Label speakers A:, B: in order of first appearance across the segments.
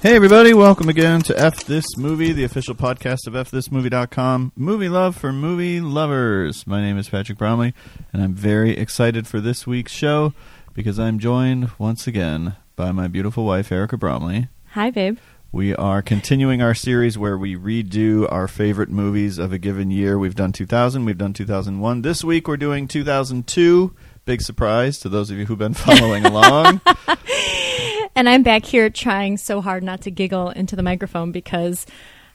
A: Hey, everybody, welcome again to F This Movie, the official podcast of FThisMovie.com. Movie love for movie lovers. My name is Patrick Bromley, and I'm very excited for this week's show because I'm joined once again by my beautiful wife, Erica Bromley.
B: Hi, babe.
A: We are continuing our series where we redo our favorite movies of a given year. We've done 2000, we've done 2001. This week we're doing 2002. Big surprise to those of you who've been following along.
B: And I'm back here trying so hard not to giggle into the microphone because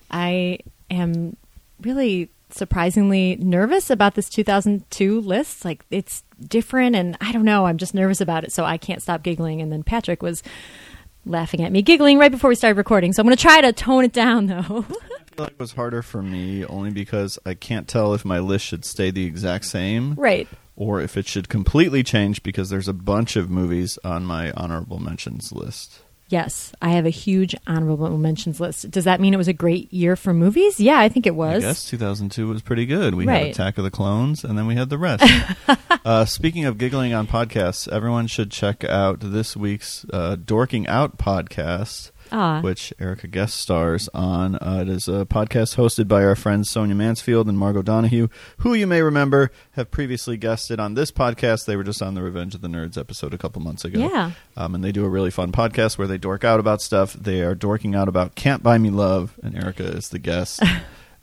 B: I am really surprisingly nervous about this 2002 list. Like, it's different, and I don't know. I'm just nervous about it, so I can't stop giggling. And then Patrick was laughing at me, giggling right before we started recording. So I'm going to try to tone it down, though.
A: feel like it was harder for me only because I can't tell if my list should stay the exact same
B: right.
A: or if it should completely change because there's a bunch of movies on my honorable mentions list.
B: Yes, I have a huge honorable mentions list. Does that mean it was a great year for movies? Yeah, I think it
A: I
B: was.
A: guess 2002 was pretty good. We had
B: Right.
A: Attack of the Clones, and then we had the rest. uh, speaking of giggling on podcasts, everyone should check out this week's uh, Dorking Out podcast,
B: Ah.
A: which Erica guest stars on. Uh, it is a podcast hosted by our friends Sonia Mansfield and Margot Donahue, who you may remember have previously guested on this podcast. They were just on the Revenge of the Nerds episode a couple months ago.
B: Yeah.
A: Um, and they do a really fun podcast where they dork out about stuff. They are dorking out about Can't Buy Me Love, and Erica is the guest.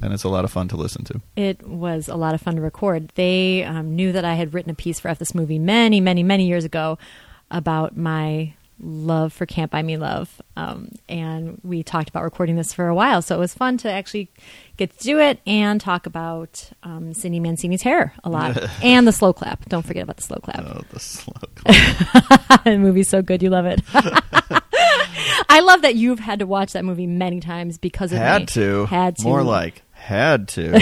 A: and it's a lot of fun to listen to.
B: It was a lot of fun to record. They um, knew that I had written a piece for F This Movie many, many, many years ago about my love for Can't Buy Me Love. Um, and we talked about recording this for a while. So it was fun to actually get to do it and talk about um, Cindy Mancini's hair a lot and the slow clap. Don't forget about the slow clap.
A: Oh, the slow.
B: the movie's so good. You love it. I love that you've had to watch that movie many times because of me.
A: Had to.
B: Had to.
A: More like had to.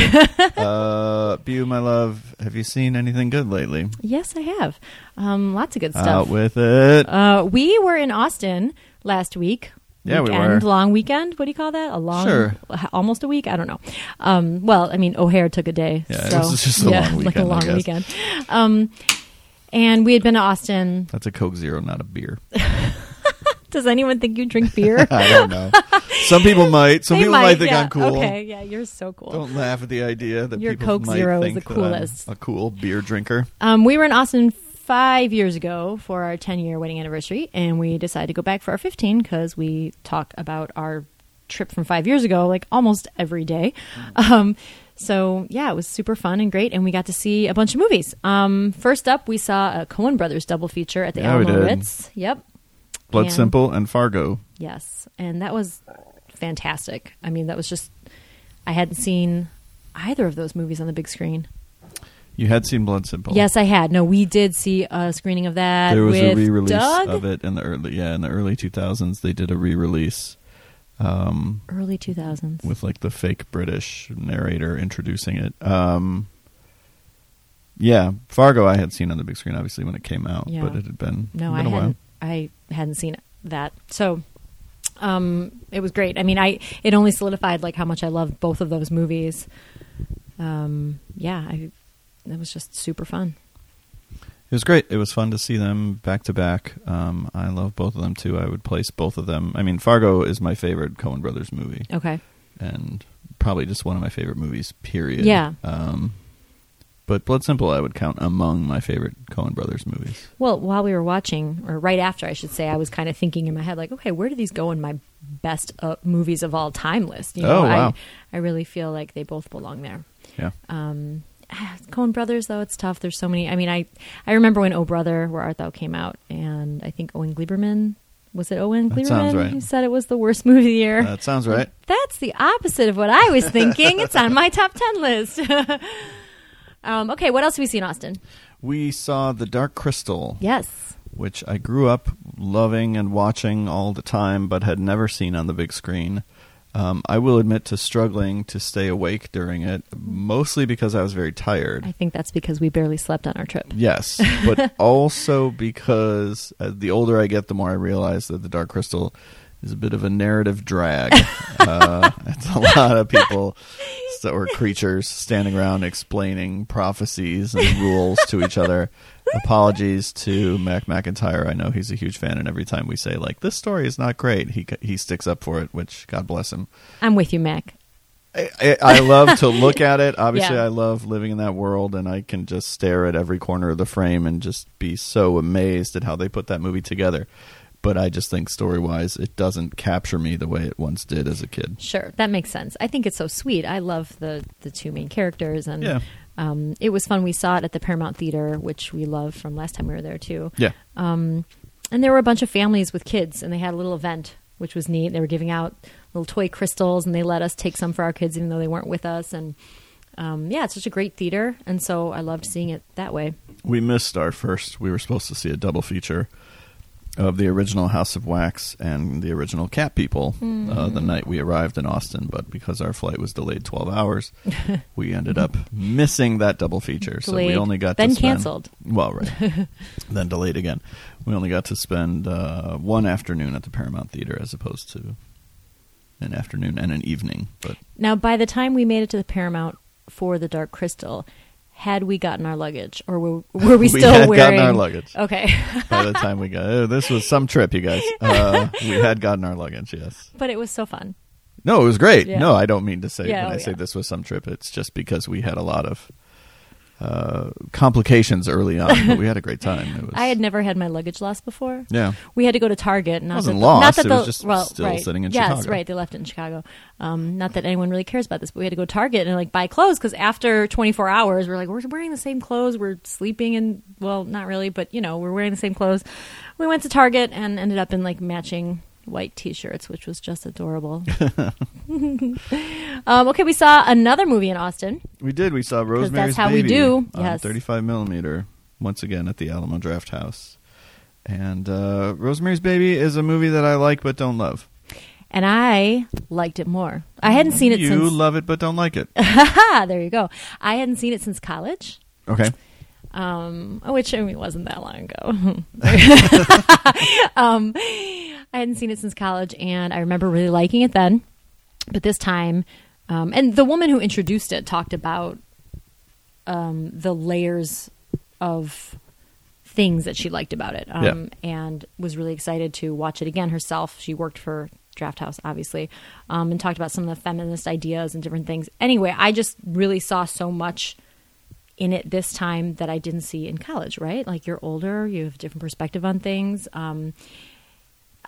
A: uh, Bu, my love, have you seen anything good lately?
B: Yes, I have. Um, lots of good stuff.
A: Out with it.
B: Uh, we were in Austin last week.
A: Yeah, we
B: weekend,
A: were.
B: Long weekend. What do you call that? A long,
A: Sure.
B: almost a week. I don't know. Um, well, I mean, O'Hare took a day.
A: Yeah, it
B: so,
A: was just a
B: yeah,
A: long
B: like a
A: weekend, I
B: long
A: guess.
B: weekend. Um, and we had been to Austin.
A: That's a Coke Zero, not a beer.
B: Does anyone think you drink beer?
A: I don't know. Some people might. Some
B: They
A: people might, think
B: yeah.
A: I'm cool.
B: Okay, yeah, you're so cool.
A: Don't laugh at the idea that
B: Your
A: people
B: Coke
A: might
B: Zero is
A: think
B: the
A: that I'm
B: coolest.
A: a cool beer drinker.
B: Um, we were in Austin five years ago for our 10 year wedding anniversary, and we decided to go back for our 15 because we talk about our trip from five years ago like almost every day.
A: Mm.
B: Um, so, yeah, it was super fun and great, and we got to see a bunch of movies. Um, first up, we saw a Coen Brothers double feature at the
A: Yeah, we
B: Alamo
A: did.
B: Ritz. Yep.
A: Blood
B: And-
A: Simple and Fargo.
B: Yes, and that was fantastic. I mean, that was just, I hadn't seen either of those movies on the big screen.
A: You had seen Blood Simple.
B: Yes, I had. No, we did see a screening of that.
A: there was
B: with
A: a re-release
B: Doug.
A: of it in the early yeah in the early 2000s. They did a re-release um,
B: early 2000s.
A: with like the fake British narrator introducing it. Um, yeah, Fargo I had seen on the big screen obviously when it came out,
B: Yeah.
A: but it had been
B: no,
A: been a
B: I
A: while.
B: hadn't. I hadn't seen that. So, um, it was great. I mean, I it only solidified like how much I loved both of those movies. Um, yeah, I that was just super fun.
A: It was great. It was fun to see them back to back. Um, I love both of them too. I would place both of them. I mean, Fargo is my favorite Coen Brothers movie,
B: Okay.
A: and probably just one of my favorite movies. Period.
B: Yeah.
A: Um, but Blood Simple, I would count among my favorite Coen Brothers movies.
B: Well, while we were watching, or right after, I should say, I was kind of thinking in my head, like, okay, where do these go in my best uh, movies of all time list? You know,
A: Oh, wow.
B: I, I really feel like they both belong there.
A: Yeah.
B: um Cohen Brothers though it's tough. There's so many. I mean, I I remember when Oh Brother, Where Art Thou came out, and I think Owen Gleiberman was it Owen
A: That
B: Gleiberman
A: sounds right.
B: who said it was the worst movie of the year.
A: that sounds right.
B: That's the opposite of what I was thinking. it's on my top ten list. um, okay, what else have we seen, Austin?
A: We saw The Dark Crystal.
B: Yes,
A: which I grew up loving and watching all the time, but had never seen on the big screen. Um, I will admit to struggling to stay awake during it, mostly because I was very tired.
B: I think that's because we barely slept on our trip.
A: Yes, but also because uh, the older I get, the more I realize that the Dark Crystal is a bit of a narrative drag. uh, it's a lot of people s- or creatures standing around explaining prophecies and rules to each other, apologies to Mac McIntyre. I know he's a huge fan, and every time we say like this story is not great, he he sticks up for it, which God bless him.
B: I'm with you, Mac.
A: I, I, I love to look at it. Obviously,
B: Yeah.
A: I love living in that world, and I can just stare at every corner of the frame and just be so amazed at how they put that movie together. But I just think story wise, it doesn't capture me the way it once did as a kid.
B: Sure, that makes sense. I think it's so sweet. I love the the two main characters, and
A: Yeah.
B: um, it was fun. We saw it at the Paramount Theater, which we loved from last time we were there too.
A: Yeah,
B: And there were a bunch of families with kids, and they had a little event, which was neat. They were giving out little toy crystals, and they let us take some for our kids, even though they weren't with us. And um, yeah, it's such a great theater, and so I loved seeing it that way.
A: we missed our first. We were supposed to see a double feature of the original House of Wax and the original Cat People
B: Hmm.
A: uh, the night we arrived in Austin, but because our flight was delayed twelve hours, we ended up missing that double feature. So we
B: Delayed,
A: only got
B: then
A: to spend-
B: canceled.
A: Well, right, then delayed again. We only got to spend uh, one afternoon at the Paramount Theater as opposed to an afternoon and an evening. But
B: Now, by the time we made it to the Paramount for the Dark Crystal, had we gotten our luggage, or were, were we
A: We
B: still
A: had
B: wearing
A: gotten our luggage.
B: Okay,
A: by the time we got, oh, this was some trip, you guys. Uh, we had gotten our luggage. Yes.
B: but it was so fun.
A: No, it was great.
B: Yeah.
A: No, I don't mean to say
B: Yeah,
A: when
B: oh,
A: I say
B: yeah.
A: this was some trip. It's just because we had a lot of uh, complications early on, but we had a great time. It was,
B: I had never had my luggage lost before.
A: yeah,
B: We had to go to Target. Not
A: Wasn't
B: that the-
A: lost,
B: Not that
A: it was
B: the-
A: just
B: well,
A: still
B: right.
A: sitting in
B: yes,
A: Chicago.
B: right. They left it in Chicago. Um, not that anyone really cares about this, but we had to go to Target and like buy clothes because after 24 hours, we're like we're wearing the same clothes. We're sleeping in well, not really, but you know, we're wearing the same clothes. We went to Target and ended up in like matching white T-shirts, which was just adorable. um, okay, we saw another movie in Austin.
A: we did. We saw Rosemary's
B: that's how we
A: Baby
B: do.
A: on
B: Yes.
A: 35 millimeter once again at the Alamo Draft House. And uh, Rosemary's Baby is a movie that I like but don't love.
B: And I liked it more. I hadn't seen it
A: you
B: since.
A: love it but don't like it.
B: ah, there you go. I hadn't seen it since college.
A: Okay,
B: um, which I mean wasn't that long ago. um, I hadn't seen it since college, and I remember really liking it then. But this time, um, and the woman who introduced it talked about um, the layers of things that she liked about it, um, and was really excited to watch it again herself. She worked for Draft House, obviously, um, and talked about some of the feminist ideas and different things. Anyway, I just really saw so much in it this time that I didn't see in college, right? Like you're older, you have a different perspective on things. Um,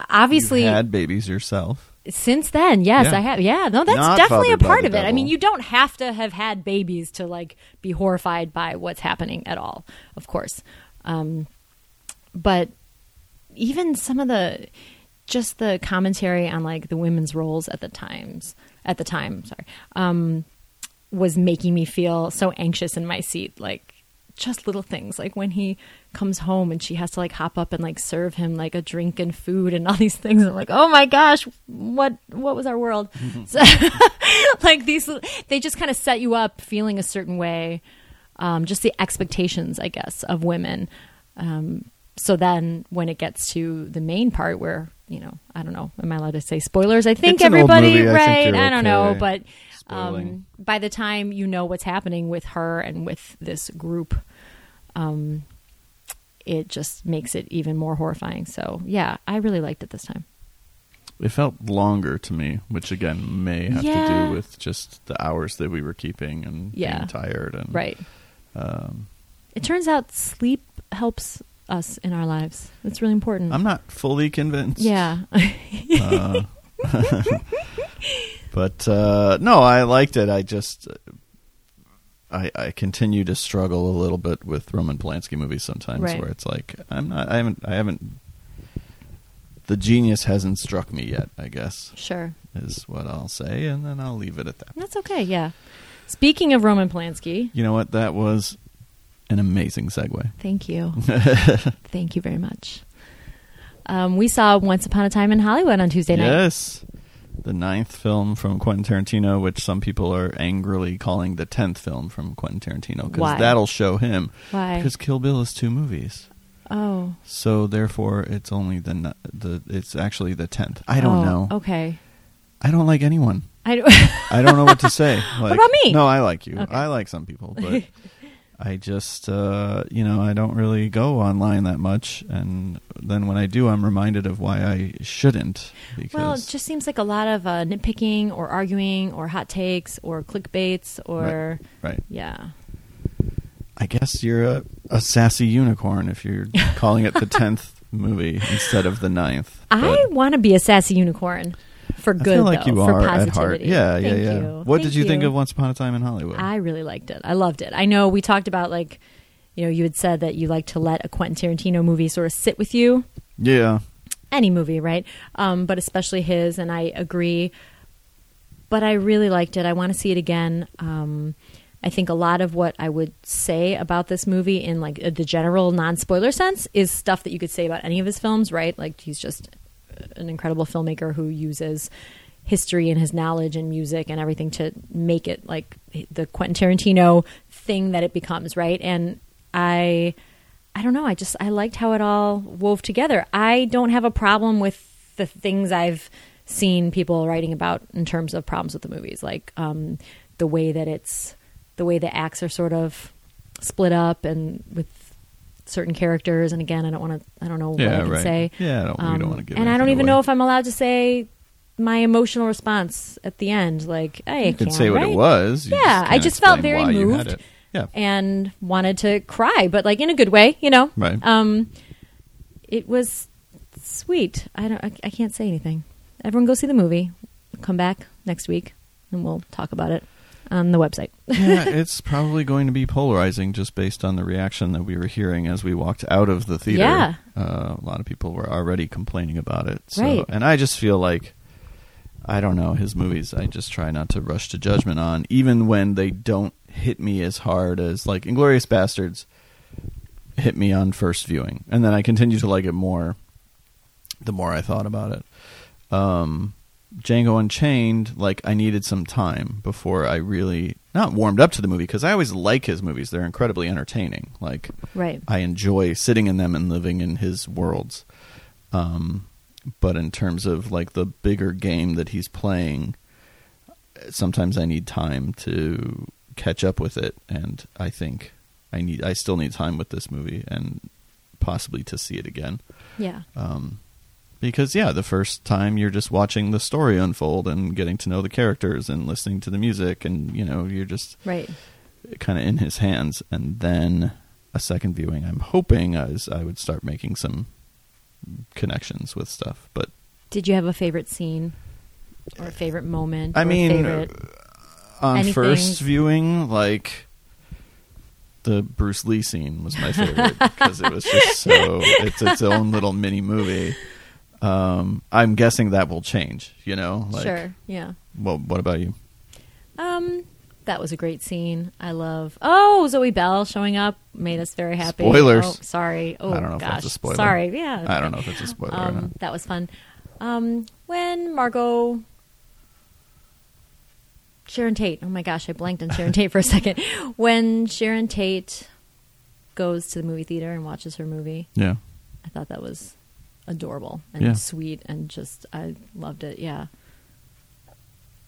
B: obviously,
A: you had babies yourself.
B: since then, yes,
A: Yeah.
B: I have. Yeah, no, that's
A: Not
B: definitely a
A: fathered by
B: part
A: the
B: of it. I
A: devil.
B: mean, you don't have to have had babies to like be horrified by what's happening at all, of course. Um, but even some of the just the commentary on like the women's roles at the times at the time, sorry, um, was making me feel so anxious in my seat, like just little things like when he comes home and she has to like hop up and like serve him like a drink and food and all these things i'm like oh my gosh what what was our world so, like these little- they just kind of set you up feeling a certain way um, just the expectations i guess of women um, so then when it gets to the main part where you know i don't know am i allowed to say spoilers i think
A: It's an old
B: everybody
A: movie. I
B: right
A: think you're
B: I don't know
A: okay.
B: but
A: Spoiling.
B: um, by the time you know what's happening with her and with this group um, it just makes it even more horrifying. So yeah, I really liked it this time.
A: It felt longer to me, which again may have to
B: Yeah.
A: do with just the hours that we were keeping and
B: Yeah.
A: being tired and
B: Right.
A: Um,
B: It turns out sleep helps us in our lives. It's really important.
A: I'm not fully convinced.
B: Mm. yeah.
A: Uh, but uh, no, I liked it. I just I, I continue to struggle a little bit with Roman Polanski movies sometimes,
B: Right.
A: where it's like I'm not. I haven't. I haven't. The genius hasn't struck me yet. I guess
B: sure.
A: is what I'll say, and then I'll leave it at that.
B: That's okay. Yeah. Speaking of Roman Polanski,
A: You know what? That was an amazing segue.
B: thank you. thank you very much. Um, we saw Once Upon a Time in Hollywood on Tuesday night.
A: Yes. The ninth film from Quentin Tarantino, which some people are angrily calling the tenth film from Quentin Tarantino,
B: Why?
A: because that'll show him.
B: Why?
A: Because Kill Bill is two movies,
B: oh.
A: so therefore it's only the ni- the it's actually the tenth. I don't
B: Oh,
A: know.
B: Okay.
A: I don't like anyone.
B: I don't.
A: I don't know what to say. Like,
B: about me?
A: No, I like you.
B: Okay.
A: I like some people, but I just, uh, you know, I don't really go online that much, and then when I do, I'm reminded of why I shouldn't. Because
B: Well, it just seems like a lot of uh, nitpicking or arguing or hot takes or clickbaits or
A: right,
B: yeah.
A: I guess you're a, a sassy unicorn if you're calling it the tenth movie instead of the ninth.
B: I want to be a sassy unicorn for
A: I
B: good.
A: feel like
B: though,
A: you
B: for
A: are
B: positivity.
A: at heart. Yeah, yeah,
B: Thank
A: yeah.
B: you.
A: What
B: Thank
A: did you, think of Once Upon a Time in Hollywood?
B: I really liked it. I loved it. I know we talked about like, you know, you had said that you like to let a Quentin Tarantino movie sort of sit with you.
A: yeah,
B: any movie, right? Um, but especially his, and I agree. But I really liked it. I want to see it again. Um, I think a lot of what I would say about this movie, in like uh, the general non-spoiler sense, is stuff that you could say about any of his films, right? Like he's just uh, an incredible filmmaker who uses history and his knowledge and music and everything to make it like the Quentin Tarantino thing that it becomes, right? And I I don't know, I just I liked how it all wove together. I don't have a problem with the things I've seen people writing about in terms of problems with the movies, like um the way that it's the way the acts are sort of split up and with certain characters and again I don't want to I don't know what I
A: yeah,
B: can
A: right.
B: say Um,
A: Yeah, I don't, we don't want to give.
B: and I don't
A: anything
B: even
A: away.
B: know if I'm allowed to say my emotional response at the end. Like, hey, I
A: you could
B: can't,
A: say what
B: right?
A: it was. You
B: Yeah, I
A: can't
B: just felt
A: explain
B: very
A: why you had
B: moved.
A: it. Yeah,
B: and wanted to cry, but like in a good way, you know.
A: Right.
B: Um, it was sweet. I don't. I, I can't say anything. Everyone, go see the movie. Come back next week, and we'll talk about it on the website.
A: yeah, it's probably going to be polarizing just based on the reaction that we were hearing as we walked out of the theater.
B: Yeah.
A: Uh, a lot of people were already complaining about it. So,
B: Right.
A: And I just feel like, I don't know, his movies, I just try not to rush to judgment on, even when they don't hit me as hard as, like, Inglorious Bastards hit me on first viewing. And then I continue to like it more the more I thought about it. Um, Django Unchained, like I needed some time before I really not warmed up to the movie because I always like his movies. They're incredibly entertaining. Like
B: right.
A: I enjoy sitting in them and living in his worlds. Um, but in terms of like the bigger game that he's playing, sometimes I need time to catch up with it, and I think I need I still need time with this movie and possibly to see it again
B: Yeah.
A: um, because yeah, the first time you're just watching the story unfold and getting to know the characters and listening to the music, and you know you're just
B: Right.
A: kind of in his hands. And then a second viewing, I'm hoping as I would start making some connections with stuff. But
B: Did you have a favorite scene or a favorite moment?
A: I
B: or a
A: mean, uh,
B: favorite?
A: on
B: Anything-
A: first viewing, like the Bruce Lee scene was my favorite because it was just so it's its own little mini movie. Um, I'm guessing that will change. You know, like
B: sure. Yeah.
A: Well, what about you?
B: Um, that was a great scene. I love. Oh, Zoe Bell showing up made us very happy.
A: Spoilers.
B: Oh, sorry. Oh,
A: I don't know if
B: gosh.
A: that's a spoiler.
B: Sorry. Yeah.
A: I don't know if it's a spoiler
B: Um,
A: or not.
B: That was fun. Um, when Margot. Sharon Tate. Oh my gosh, I blanked on Sharon Tate for a second. When Sharon Tate goes to the movie theater and watches her movie,
A: Yeah.
B: I thought that was adorable and
A: Yeah.
B: sweet and just I loved it. Yeah.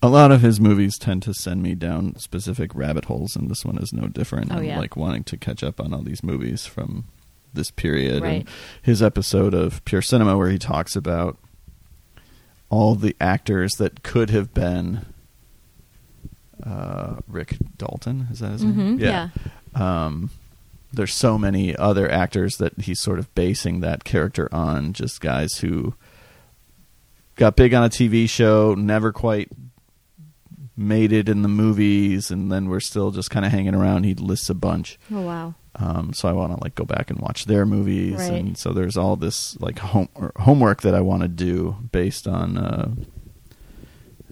A: A lot of his movies tend to send me down specific rabbit holes, and this one is no different.
B: Oh,
A: I'm
B: yeah.
A: like wanting to catch up on all these movies from this period.
B: Right.
A: And his episode of Pure Cinema, where he talks about all the actors that could have been uh, Rick Dalton. Is that his name?
B: Mhm,
A: Um, there's so many other actors that he's sort of basing that character on, just guys who got big on a TV show, never quite made it in the movies, and then we're still just kind of hanging around. He lists a bunch.
B: Oh wow.
A: Um, so I want to like go back and watch their movies,
B: Right.
A: and so there's all this like home or homework that I want to do based on uh,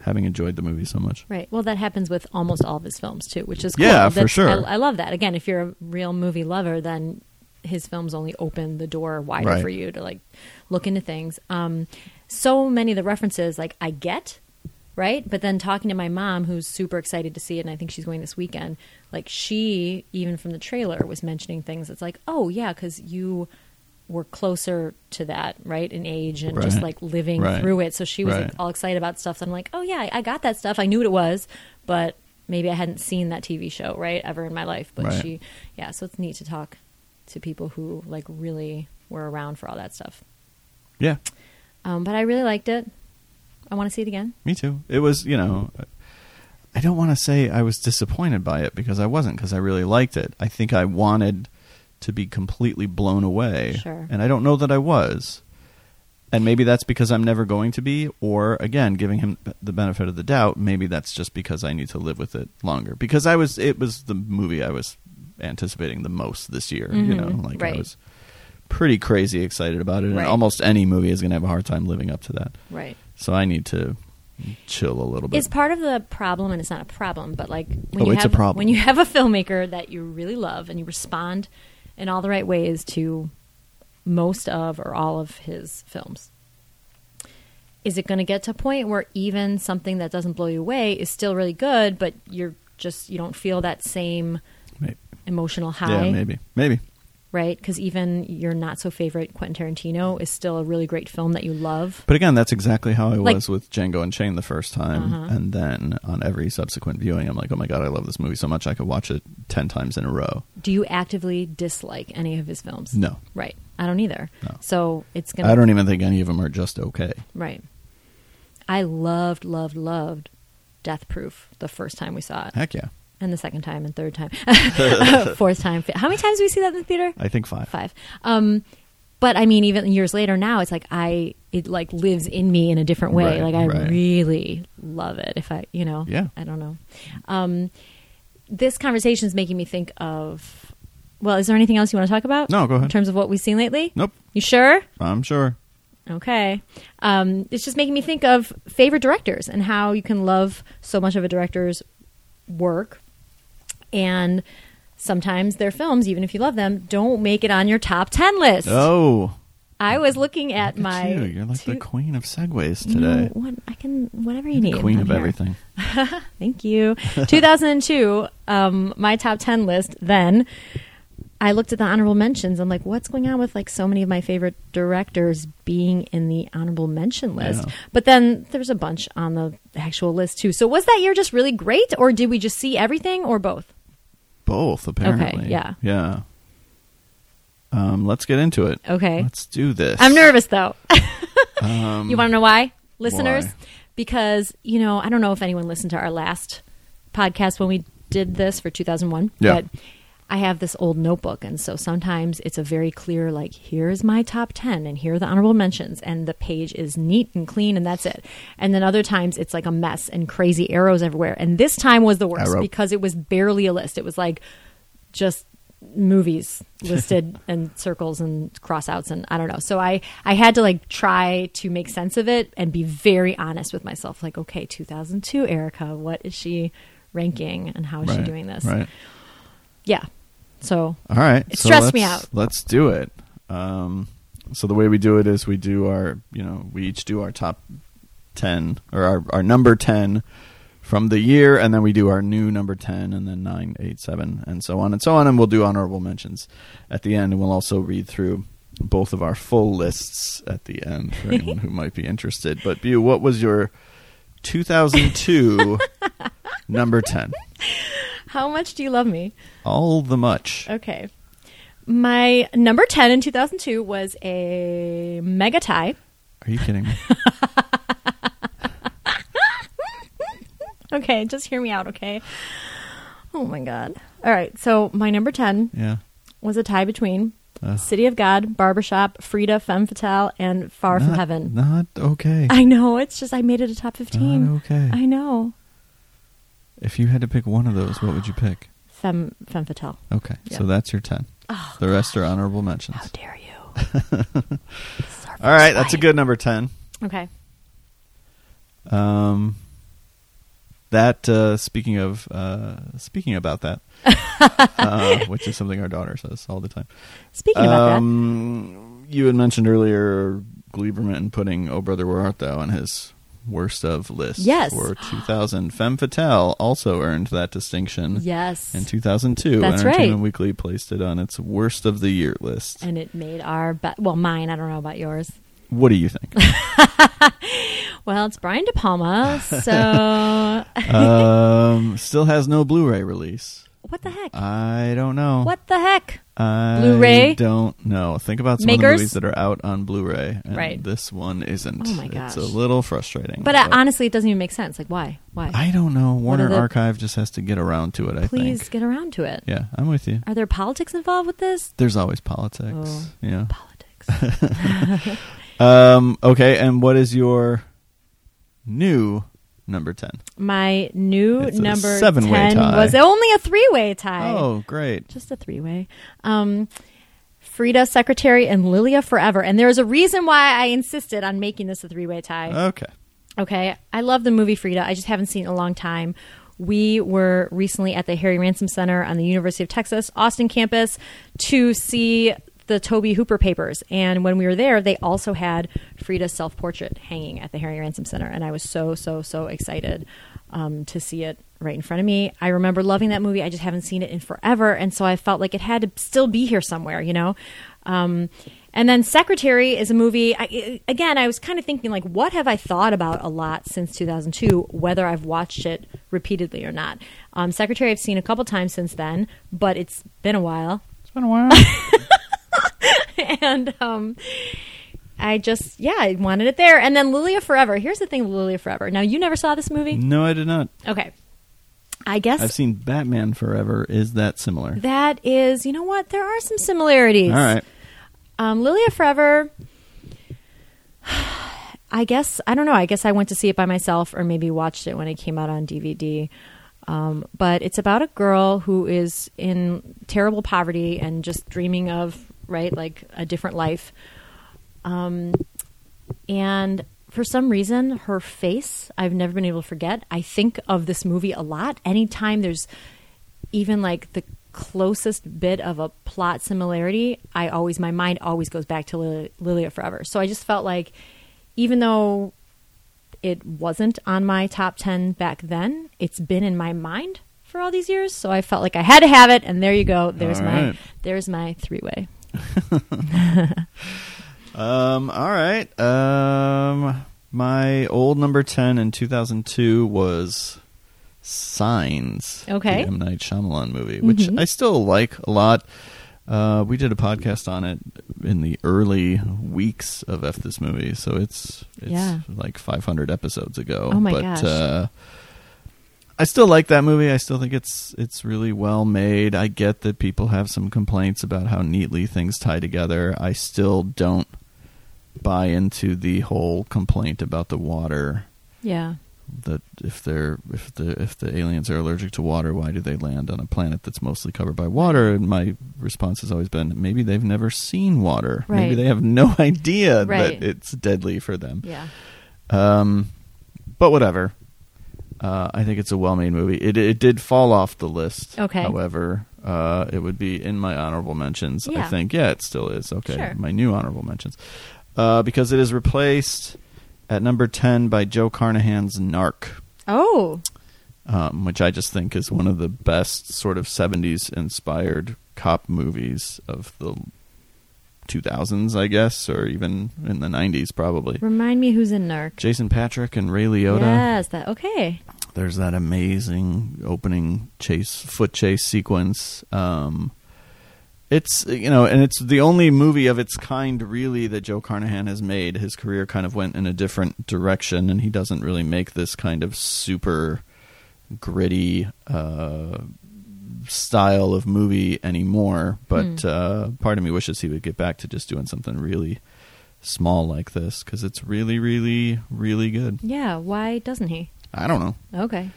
A: having enjoyed the movie so much.
B: Right. Well, that happens with almost all of his films too, which is cool.
A: Yeah, for sure.
B: I, I love that. Again, if you're a real movie lover, then his films only open the door wider
A: Right.
B: for you to like look into things. Um, so many of the references, like I get, right? But then talking to my mom, who's super excited to see it, and I think she's going this weekend. Like she, even from the trailer, was mentioning things. It's like, oh yeah, because you were closer to that, right, in age and just
A: Right.
B: like living
A: Right.
B: through it. So she was
A: Right.
B: like, all excited about stuff. So I'm like, oh yeah, I- I got that stuff. I knew what it was, but maybe I hadn't seen that TV show right ever in my life, but
A: Right.
B: she, yeah. So it's neat to talk to people who like really were around for all that stuff.
A: Yeah,
B: Um, but I really liked it. I want to see it again.
A: me too. It was, you know, I don't want to say I was disappointed by it because I wasn't because I really liked it. I think I wanted to be completely blown away,
B: Sure.
A: and I don't know that I was. And maybe that's because I'm never going to be, or again, giving him the benefit of the doubt. Maybe that's just because I need to live with it longer. Because I was, it was the movie I was anticipating the most this year. You know,
B: Mhm,
A: like I
B: right.
A: was pretty crazy excited about it, and
B: Right.
A: almost any movie is going to have a hard time living up to that.
B: Right.
A: So I need to chill a little bit.
B: It's part of the problem, and it's not a problem, but like when
A: Oh,
B: you
A: it's a
B: have
A: problem.
B: when you have a filmmaker that you really love and you respond in all the right ways to most of or all of his films. Is it going to get to a point where even something that doesn't blow you away is still really good, but you're just you don't feel that same
A: maybe.
B: emotional high,
A: Yeah, maybe, maybe.
B: right? Because even your not so favorite Quentin Tarantino is still a really great film that you love.
A: But again, that's exactly how I
B: Like-
A: was with Django and Chain the first time,
B: Uh-huh.
A: and then on every subsequent viewing, I'm like, oh my god, I love this movie so much I could watch it ten times in a row.
B: Do you actively dislike any of his films?
A: No,
B: Right. I don't either.
A: No.
B: So it's gonna.
A: I don't e- even think any of them are just okay.
B: Right. I loved, loved, loved Death Proof the first time we saw it,
A: Heck yeah,
B: and the second time, and third time, fourth time. fi- How many times did we see that in the theater?
A: I think five.
B: Five. Um, but I mean, even years later now, it's like I it like lives in me in a different way.
A: Right,
B: like I
A: right.
B: really love it. If I, you know,
A: Yeah.
B: I don't know. Um, this conversation is making me think of. Well, is there anything else you want to talk about?
A: No, go ahead.
B: In terms of what we've seen lately,
A: Nope,
B: you sure?
A: I'm sure.
B: Okay. Um, it's just making me think of favorite directors and how you can love so much of a director's work. And sometimes their films, even if you love them, don't make it on your top 10 list.
A: Oh,
B: I was looking at
A: look
B: my.
A: you. you're like
B: two-
A: the queen of segues
B: You know
A: today.
B: what? I can whatever you need.
A: queen
B: I'm
A: of
B: here.
A: everything.
B: Thank you. 2002, um, my top 10 list then. I looked at the honorable mentions. I'm like, what's going on with like so many of my favorite directors being in the honorable mention list?
A: Yeah.
B: But then there's a bunch on the actual list too. So was that year just really great, or did we just see everything, or both?
A: Both apparently.
B: yeah.
A: yeah. Um, let's get into it.
B: Okay,
A: Let's do this.
B: I'm nervous though.
A: Um,
B: You want to know why, listeners?
A: Why?
B: Because you know, I don't know if anyone listened to our last podcast when we did this for 2001.
A: Yeah.
B: But I have this old notebook, and so sometimes it's a very clear, like, here's my top ten, and here are the honorable mentions, and the page is neat and clean, and that's it. And then other times it's like a mess and crazy arrows everywhere. And this time was the worst
A: Arrow.
B: because it was barely a list. It was like just movies listed and circles and crossouts and I don't know. So I I had to like try to make sense of it and be very honest with myself like okay, 2002 Erica, what is she ranking and how is she
A: Right,
B: doing this?
A: Right.
B: Yeah. So
A: All right.
B: It stressed
A: let's-
B: me out.
A: Let's do it. Um, so the way we do it is we do our, you know, we each do our top 10 or our, our number 10 from the year and then we do our new number 10 and then 9, 8, 7 and so on and so on and we'll do honorable mentions at the end and we'll also read through both of our full lists at the end for anyone who might be interested. But Bu, what was your 2002 number 10?
B: how much do you love me?
A: All the much.
B: Okay. My number 10 in 2002 was a mega tie.
A: Are you kidding me?
B: Okay, just hear me out, okay? Oh my god. All right. So my number 10
A: Yeah. Uh,
B: was a tie between
A: Ugh.
B: City of God, Barbershop, Frida, Femme Fatale, and Far From
A: Not-
B: Heaven.
A: Not okay.
B: I know. It's just I made it a top 15.
A: Not Ah, okay.
B: I know.
A: if you had to pick one of those, what would you pick?
B: Femme, femme Fatale.
A: Okay, so
B: Yeah.
A: that's your ten.
B: Oh,
A: the rest are honorable
B: How
A: mentions.
B: dare you? This is our
A: All right,
B: first
A: that's a
B: fight.
A: good number ten.
B: Okay.
A: Um, that uh, speaking of uh, speaking about that, uh, which is something our daughter says all the time.
B: Speaking about
A: um, you had mentioned earlier Gleiberman putting "Oh Brother Where Art Thou" on his worst of list.
B: Yes.
A: for 2000, Femme Fatale also earned that distinction.
B: that. Yes.
A: in 2002
B: That's right.
A: entertainment weekly placed it on its worst of the year list
B: and it made our, be- well, mine. I don't know about yours.
A: What do you think?
B: Well, it's Brian De Palma, so
A: um, still has no Blu-ray release.
B: what the
A: Um,
B: heck?
A: I don't know.
B: what the heck?
A: I
B: Blu-ray?
A: Don't know. Think about some of the
B: Makers?
A: movies that are out on Blu-ray, and
B: Right.
A: this one isn't.
B: Oh my gosh.
A: It's a little frustrating.
B: But uh, honestly, it doesn't even make sense. Like, why? Why?
A: I don't know. Warner
B: are the-
A: Archive just has to get around to it. I
B: Please
A: think.
B: get around to it.
A: Yeah, I'm with you.
B: Are there politics involved with this?
A: There's always politics.
B: Oh.
A: Yeah.
B: Politics.
A: Um. Okay. And what is your new number ten?
B: My new
A: It's a
B: number
A: seven-way
B: 10
A: tie.
B: was only a three way tie.
A: Oh, great.
B: Just a three way. Um, Frida Secretary and Lilia Forever. And there is a reason why I insisted on making this a three way tie.
A: Okay.
B: Okay. I love the movie Frida. I just haven't seen it in a long time. We were recently at the Harry Ransom Center on the University of Texas, Austin campus, to see the Toby Hooper papers. And when we were there, they also had Frida's self portrait hanging at the Harry Ransom Center. And I was so, so, so excited um, to see it right in front of me. I remember loving that movie. I just haven't seen it in forever. And so I felt like it had to still be here somewhere, you know? Um, and then Secretary is a movie. I- I, again, I was kind of thinking, like, what have I thought about a lot since 2002, whether I've watched it repeatedly or not? Um, Secretary, I've seen a couple times since then, but it's been a while.
A: It's been a while.
B: And um, I just, yeah, I wanted it there. And then Lilia Forever. Here's the thing with Lilia Forever. Now, you never saw this movie?
A: no, I did not.
B: Okay. I guess
A: I've seen Batman Forever. Is that similar?
B: that is, you know what? There are some similarities.
A: All right.
B: Um, Lilia Forever. I guess I don't know. I guess I went to see it by myself, or maybe watched it when it came out on DVD. Um, but it's about a girl who is in terrible poverty and just dreaming of right, like a different life. Um, and for some reason, her face I've never been able to forget. I think of this movie a lot. Anytime there's even like the closest bit of a plot similarity, I always, my mind always goes back to Lil- Lilia Forever. So I just felt like, even though it wasn't on my top 10 back then, it's been in my mind for all these years. So I felt like I had to have it. And there you go. There's
A: All
B: my,
A: right.
B: there's my three way.
A: Um. All right. Um. My old number ten in 2002 was Signs.
B: Okay. Mm-hmm.
A: The M Night Shyamalan movie, which I still like a lot. Uh, we did a podcast on it in the early weeks of F this movie, so it's it's
B: Yeah.
A: like 500 episodes ago.
B: Oh my
A: but,
B: gosh.
A: Uh, I still like that movie. I still think it's it's really well made. I get that people have some complaints about how neatly things tie together. I still don't buy into the whole complaint about the water
B: Yeah.
A: that if they're if the if the aliens are allergic to water, why do they land on a planet that's mostly covered by water? And my response has always been maybe they've never seen water. Maybe
B: Right.
A: they have no idea
B: Right.
A: that it's deadly for them.
B: Yeah.
A: Um, but whatever. Uh, I think it's a well-made movie. It it did fall off the list.
B: Okay.
A: However, uh, it would be in my honorable mentions. I
B: Yeah.
A: think. Yeah, it still is. Okay.
B: Sure.
A: My new honorable mentions, uh, because it is replaced at number ten by Joe Carnahan's Narc
B: Oh,
A: um, which I just think is one of the best sort of 70s inspired cop movies of the 2000s, I guess, or even in the 90s, probably.
B: remind me who's in Narc.
A: Jason Patrick and Ray Liotta.
B: Yes, that okay.
A: There's that amazing opening chase, foot chase sequence. Um, it's you know, and it's the only movie of its kind really that Joe Carnahan has made. His career kind of went in a different direction, and he doesn't really make this kind of super gritty uh, style of movie anymore. But uh, part of me wishes he would get back to just doing something really small like this because it's really, really, really good.
B: Yeah, why doesn't he?
A: I don't know.
B: Okay.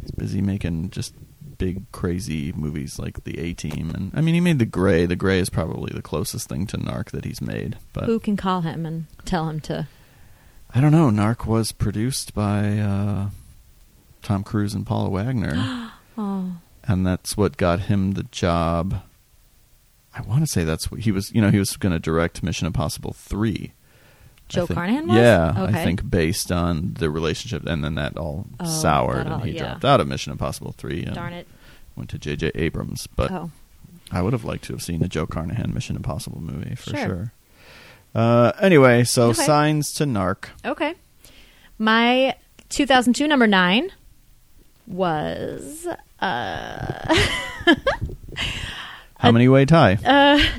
A: He's busy making just big crazy movies like the A Team, and I mean he made The Gray. The Gray is probably the closest thing to Narc that he's made. But
B: Who can call him and tell him to?
A: I don't know. Narc was produced by uh, Tom Cruise and Paula Wagner,
B: Oh,
A: and that's what got him the job. I want to say that's what he was. You know, he was going to direct Mission Impossible three. I
B: Joe
A: think-
B: Carnahan was?
A: Yeah,
B: Okay.
A: I think based on the relationship, and then that all
B: Oh,
A: soured,
B: that all-
A: and he
B: yeah.
A: dropped out of Mission Impossible three. And
B: darn it.
A: went to J.J. Abrams, but
B: oh,
A: I would have liked to have seen a Joe Carnahan Mission Impossible movie for
B: Sure.
A: sure. Uh, anyway, so
B: Okay. Uh,
A: signs to narc.
B: Okay. My 2002 number nine was
A: How many way tie?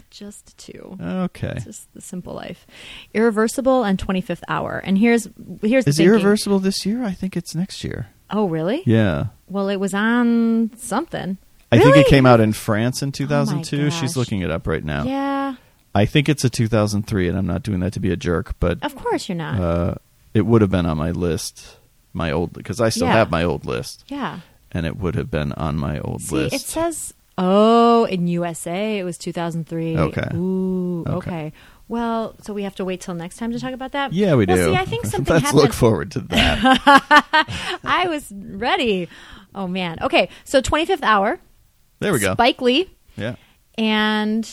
B: just two.
A: Okay.
B: uh, Just the simple life, irreversible and 25th hour. And here's here's the
A: Is
B: thinking.
A: irreversible this year? I think it's next year.
B: Oh, really?
A: Yeah.
B: Well, it was on something.
A: I think it
B: Really? Oh
A: came out in France in 2002. She's
B: gosh.
A: looking it up right now.
B: Yeah.
A: I think it's a 2003, and I'm not doing that to be a jerk, but
B: Of course you're not.
A: uh, it would have been on my list, my old, because I still
B: Yeah.
A: have my old list,
B: yeah.
A: and it would have been on my old
B: See,
A: list.
B: it says oh, in USA it was 2003.
A: Okay.
B: Ooh,
A: Okay.
B: okay. Well, so we have to wait till next time to talk about that.
A: yeah, we
B: well,
A: do.
B: See, I think something
A: Let's
B: happened.
A: look forward to that.
B: I was ready. Oh man. Okay, so 25th hour.
A: there we go.
B: Spike Lee
A: Yeah.
B: and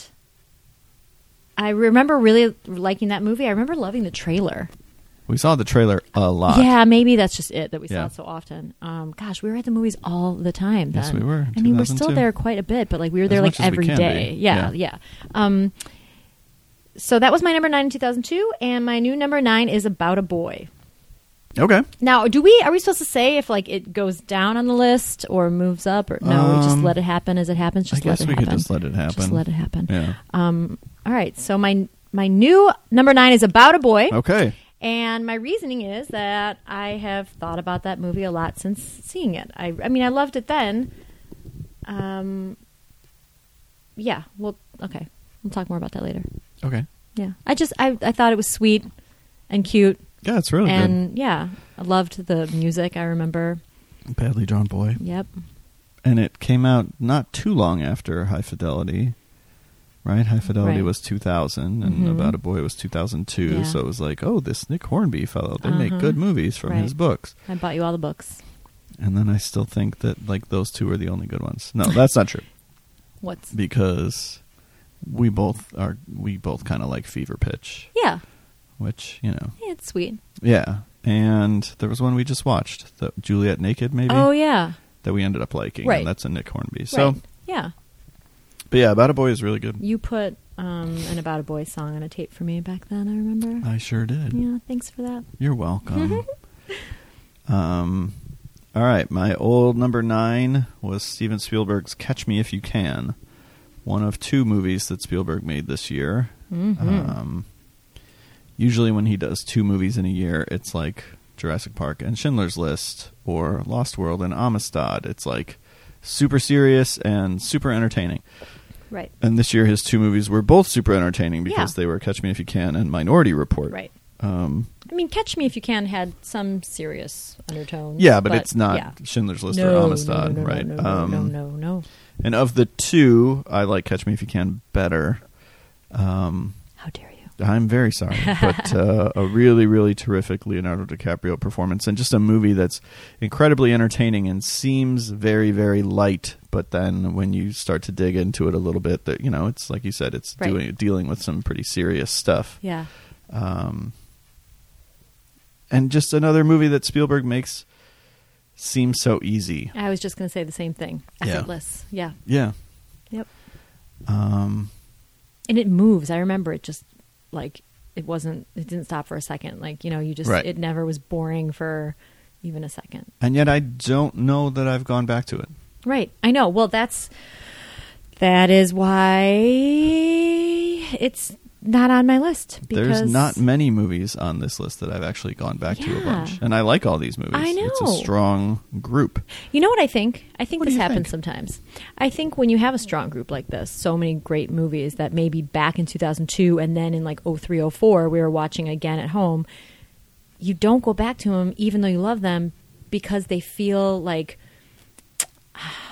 B: I remember really liking that movie. I remember loving the trailer.
A: We saw the trailer a lot.
B: Yeah, maybe that's just it that we
A: Yeah.
B: saw it so often. Um, gosh, we were at the movies all the time.
A: Yes,
B: then.
A: we were,
B: I mean, we're still
A: 2002.
B: there quite a bit, but like we were
A: As
B: there
A: much
B: like
A: as we
B: every
A: can
B: day.
A: be.
B: Yeah, yeah. Um, so that was my number nine in 2002, and my new number nine is about a boy.
A: Okay.
B: Now, do we are we supposed to say if like it goes down on the list or moves up or no? we just
A: Um,
B: let it happen as it happens. Just
A: I guess
B: let it
A: we
B: happen.
A: could just let it happen.
B: Just let it happen.
A: Yeah.
B: Um, all right. So my my new number nine is about a boy.
A: Okay.
B: And my reasoning is that I have thought about that movie a lot since seeing it. I, I mean, I loved it then. Um, yeah. Well, okay. We'll talk more about that later.
A: Okay.
B: Yeah. I just I, I thought it was sweet and cute,
A: Yeah, it's really
B: and yeah, I loved the music. I remember.
A: good. Badly drawn boy.
B: Yep.
A: And it came out not too long after High Fidelity. Right? High Fidelity
B: Right.
A: was 2000 and
B: Mhm.
A: About a Boy was 2002.
B: Yeah.
A: So it was like, oh, this Nick Hornby fellow, they make
B: Uh-huh.
A: good movies from
B: Right.
A: his books.
B: I bought you all the books.
A: And then I still think that like those two are the only good ones. No, that's not true
B: What's
A: because we both are we both kind of like Fever Pitch,
B: yeah?
A: which, you know.
B: yeah it's sweet.
A: Yeah. And there was one we just watched, the Juliet Naked maybe.
B: Oh yeah.
A: that we ended up liking.
B: Right.
A: And that's a Nick Hornby. So,
B: right. yeah.
A: but yeah, About a Boy is really good.
B: You put um, an About a Boy song on a tape for me back then, I remember.
A: I sure did.
B: yeah, thanks for that.
A: You're welcome. um, all right. My old number nine was Steven Spielberg's Catch Me If You Can, one of two movies that Spielberg made this year.
B: Mhm.
A: Um, usually, when he does two movies in a year, it's like Jurassic Park and Schindler's List or Lost World and Amistad. It's like super serious and super entertaining.
B: Right.
A: And this year, his two movies were both super entertaining because
B: Yeah.
A: they were Catch Me If You Can and Minority Report.
B: Right.
A: Um,
B: I mean, Catch Me If You Can had some serious undertones.
A: yeah, but, it's not
B: yeah.
A: Schindler's List
B: No,
A: or
B: no,
A: Amistad,
B: no, no,
A: right?
B: No, no,
A: um,
B: no, no, no.
A: And of the two, I like Catch Me If You Can better. Um,
B: How dare you?
A: I'm very sorry, but uh, a really, really terrific Leonardo DiCaprio performance, and just a movie that's incredibly entertaining and seems very, very light. But then when you start to dig into it a little bit, that you know, it's like you said, it's
B: Right.
A: doing dealing with some pretty serious stuff.
B: Yeah.
A: um, and just another movie that Spielberg makes seem so easy.
B: I was just going to say the same thing.
A: Yeah.
B: Effortless. Yeah.
A: Yeah.
B: Yep.
A: Um,
B: And it moves. I remember it just like it wasn't it didn't stop for a second. Like, you know, you just
A: Right.
B: it never was boring for even a second.
A: and yet I don't know that I've gone back to it.
B: Right. I know. Well, that's that is why it's not on my list because
A: There's not many movies on this list that I've actually gone back to a
B: Yeah.
A: bunch. And I like all these movies.
B: I
A: It's
B: know.
A: a strong group.
B: You know what I think? I think
A: What do
B: this
A: you think?
B: happens sometimes. I think when you have a strong group like this, so many great movies that maybe back in 2002 and then in like 03, 04, we were watching again at home, you don't go back to them even though you love them because they feel like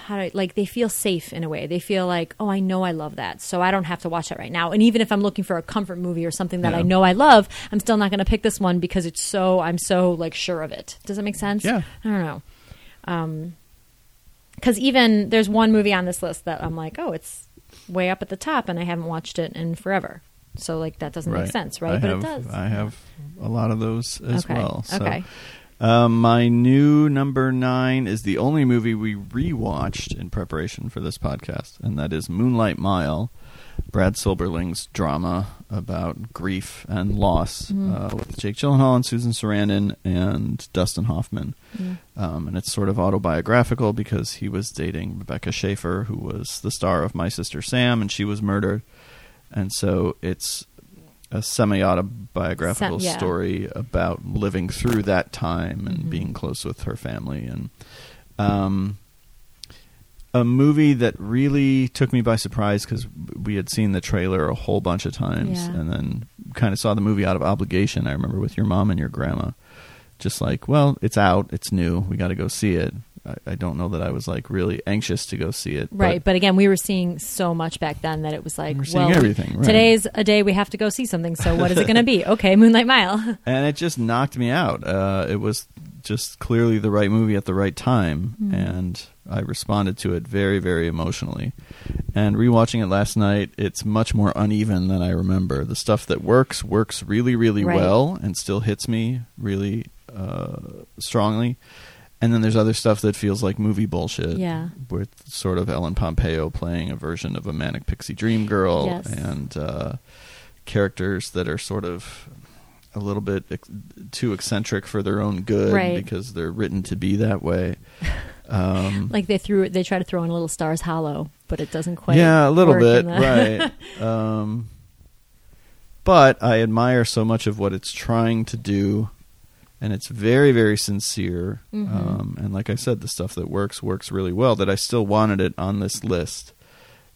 B: how do I, like they feel safe in a way. They feel like, "Oh, I know I love that, so I don't have to watch that right now." And even if I'm looking for a comfort movie or something that
A: Yeah.
B: I know I love, I'm still not going to pick this one because it's so I'm so like sure of it. Does that make sense?
A: Yeah.
B: I don't know because even there's one movie on this list that I'm like, oh, it's way up at the top, and I haven't watched it in forever. So like that doesn't make sense, right?
A: I
B: but
A: have,
B: it does.
A: I have a lot of those as
B: Okay.
A: well. So.
B: Okay.
A: Um, my new number nine is the only movie we rewatched in preparation for this podcast, and that is Moonlight Mile, Brad Silberling's drama about grief and loss
B: Mm-hmm.
A: uh, with Jake Gyllenhaal and Susan Sarandon and Dustin Hoffman.
B: Mm-hmm. Mm.
A: Um, and it's sort of autobiographical because he was dating Rebecca Schaefer, who was the star of My Sister Sam, and she was murdered. And so it's a semi autobiographical
B: Some- yeah.
A: story about living through that time and
B: Mhm.
A: being close with her family. And um, a movie that really took me by surprise because we had seen the trailer a whole bunch of times
B: Yeah.
A: and then kind of saw the movie out of obligation. I remember with your mom and your grandma, just like, well, it's out, it's new, we got to go see it. I, I don't know that I was like really anxious to go see it,
B: Right, but, again, we were seeing so much back then that it was like,
A: We were seeing
B: well,
A: everything, right.
B: today's a day we have to go see something. So what is it going to be? Okay, Moonlight Mile.
A: and it just knocked me out. Uh, it was just clearly the right movie at the right time,
B: Hmm.
A: and I responded to it very, very emotionally. And rewatching it last night, it's much more uneven than I remember. The stuff that works works really, really
B: Right.
A: well, and still hits me really uh, strongly. And then there's other stuff that feels like movie bullshit.
B: Yeah.
A: with sort of Ellen Pompeo playing a version of a manic pixie dream girl,
B: Yes.
A: and uh, characters that are sort of a little bit ex- too eccentric for their own good
B: Right.
A: because they're written to be that way. Um,
B: like they threw, they try to throw in a little Stars Hollow, but it doesn't quite.
A: yeah, a little
B: work
A: bit,
B: in the-
A: right? Um, but I admire so much of what it's trying to do, and it's very, very sincere.
B: Mhm.
A: Um, and like I said, the stuff that works works really well. That I still wanted it on this list,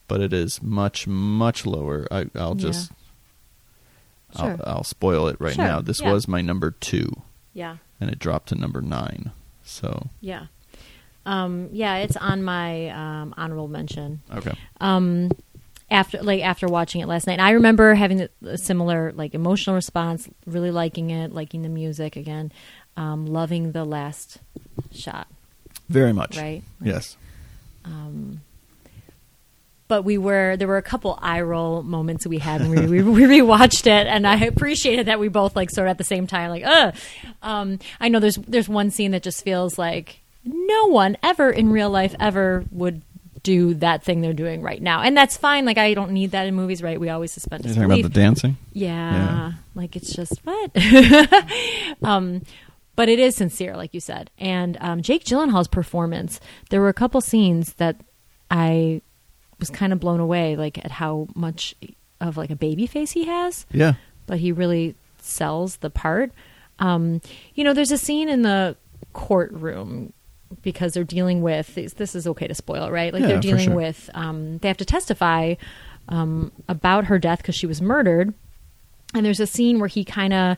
A: but it is much, much lower. I, I'll
B: Yeah.
A: just,
B: Sure.
A: I'll, I'll spoil it right
B: Sure,
A: now. This
B: yeah.
A: was my number two,
B: yeah,
A: and it dropped to number nine. So
B: yeah, um, yeah. It's on my um, honorable mention.
A: okay,
B: um after like after watching it last night And i remember having a similar like emotional response really liking it liking the music again um loving the last shot
A: very much.
B: Right.
A: Yes.
B: but we were there were a couple eye roll moments we had when we, we, we rewatched it and i appreciated that we both like sort of at the same time like uh um i know there's there's one scene that just feels like no one ever in real life ever would do that thing they're doing right now and that's fine like i don't need that in movies right we always suspend
A: You're talking about
B: disbelief
A: the dancing.
B: Yeah.
A: Yeah.
B: Like it's just what? um but it is sincere like you said. And um Jake Gyllenhaal's performance, there were a couple scenes that I was kind of blown away like at how much of like a baby face he has,
A: Yeah.
B: but he really sells the part. Um you know, there's a scene in the courtroom because they're dealing with this this is okay to spoil, right? Like
A: Yeah,
B: they're
A: for
B: dealing
A: sure.
B: with um they have to testify um about her death cuz she was murdered and there's a scene where he kind of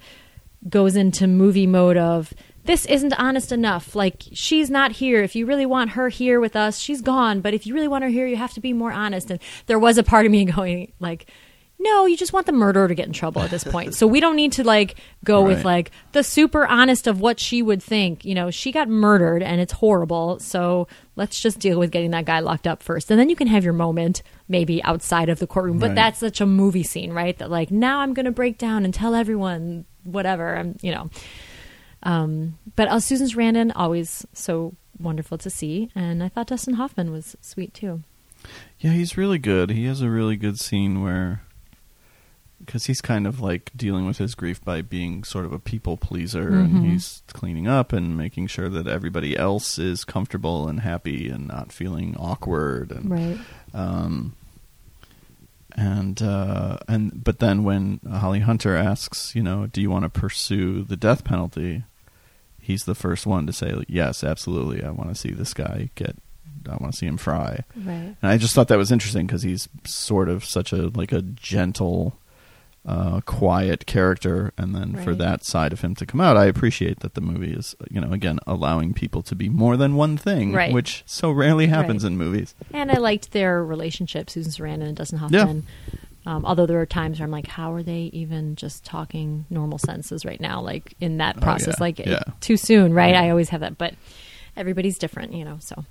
B: goes into movie mode of this isn't honest enough like she's not here if you really want her here with us she's gone but if you really want her here you have to be more honest and there was a part of me going like no you just want the murderer to get in trouble at this point so we don't need to like go with
A: Right.
B: like the super honest of what she would think you know she got murdered and it's horrible so let's just deal with getting that guy locked up first and then you can have your moment maybe outside of the courtroom but
A: Right.
B: that's such a movie scene, right? That like now I'm going to break down and tell everyone whatever. I'm, you know. Um, but uh, Susan Sarandon always so wonderful to see, and I thought Dustin Hoffman was sweet too.
A: Yeah, he's really good. He has a really good scene where, because he's kind of like dealing with his grief by being sort of a people pleaser, and
B: Mhm.
A: he's cleaning up and making sure that everybody else is comfortable and happy and not feeling awkward and
B: Right.
A: um, and uh, and but then when Holly Hunter asks, you know, do you want to pursue the death penalty? He's the first one to say, like, yes, absolutely. I want to see this guy get. I want to see him fry.
B: Right.
A: and I just thought that was interesting because he's sort of such a like a gentle, uh, quiet character, and then for
B: Right.
A: that side of him to come out, I appreciate that the movie is you know again allowing people to be more than one thing,
B: Right.
A: which so rarely happens
B: Right.
A: in movies.
B: And I liked their relationship, Susan Sarandon and Dustin Hoffman. Um, although there are times where I'm like, how are they even just talking normal sentences right now? Like in that
A: Oh,
B: process,
A: yeah.
B: like it-
A: Yeah.
B: too soon, right?
A: Yeah.
B: I always have that, but everybody's different, you know. So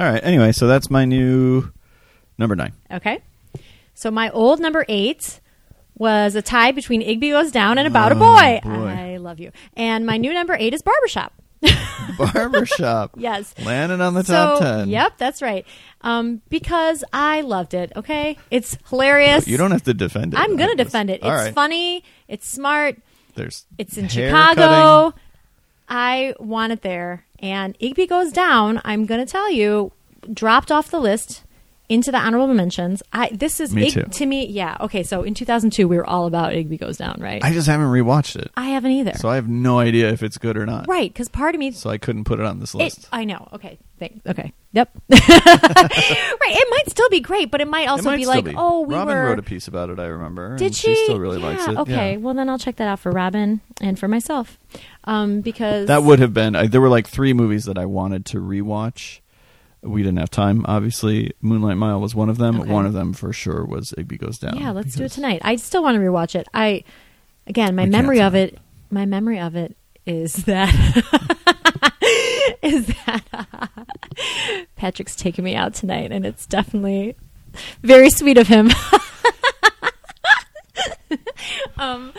A: All right. Anyway, so that's my new number nine.
B: Okay. So my old number eight was a tie between Igby Goes Down and About a
A: Oh,
B: Boy.
A: boy.
B: I love you. And my new number eight is Barbershop.
A: Barbershop.
B: Yes.
A: Landing on the
B: so,
A: top 10.
B: Yep, that's right. Um, because I loved it. Okay, it's hilarious.
A: You don't have to defend it.
B: I'm
A: I
B: gonna
A: guess.
B: defend it. It's
A: All right.
B: funny. It's smart.
A: There's
B: It's in
A: hair
B: Chicago.
A: cutting.
B: I want it there. And Igby goes down. I'm going to tell you, dropped off the list into the honorable mentions. I this is
A: Me
B: Ig-
A: too.
B: to me. Yeah. Okay. So in 2002, we were all about Igby goes down, right?
A: I just haven't rewatched it.
B: I haven't either.
A: So I have no idea if it's good or not.
B: right? Because part of me
A: So I couldn't put it on this
B: It,
A: list.
B: I know. Okay. Thank, okay. Yep. right. It might still be great, but it might also
A: it might
B: be
A: still
B: like,
A: be.
B: oh, we
A: Robin
B: were.
A: wrote a piece about it. I remember.
B: did
A: and
B: she?
A: she? still really
B: yeah,
A: likes it.
B: Okay.
A: Yeah.
B: Well, then I'll check that out for Robin and for myself, um, because
A: That would have been. I, there were like three movies that I wanted to rewatch. We didn't have time, obviously. Moonlight Mile was one of them.
B: Okay.
A: One of them for sure was Igby Goes Down.
B: Yeah, let's do it
A: because-
B: tonight. I still want to rewatch it. I again, my
A: We can't
B: memory of
A: tonight.
B: it, my memory of it is that is that Patrick's taking me out tonight, and it's definitely very sweet of him. um,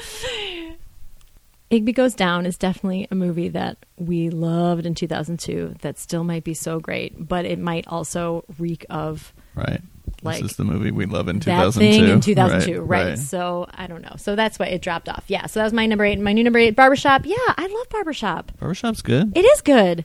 B: Igby Goes Down is definitely a movie that we loved in 2002 that still might be so great, but it might also reek of
A: Right.
B: Like,
A: this is the movie we love in 2002.
B: that thing in 2002, right,
A: right.
B: So I don't know. So that's why it dropped off. Yeah. So that was my number eight. My new number eight, Barbershop. Yeah, I love Barbershop.
A: Barbershop's good.
B: It is good.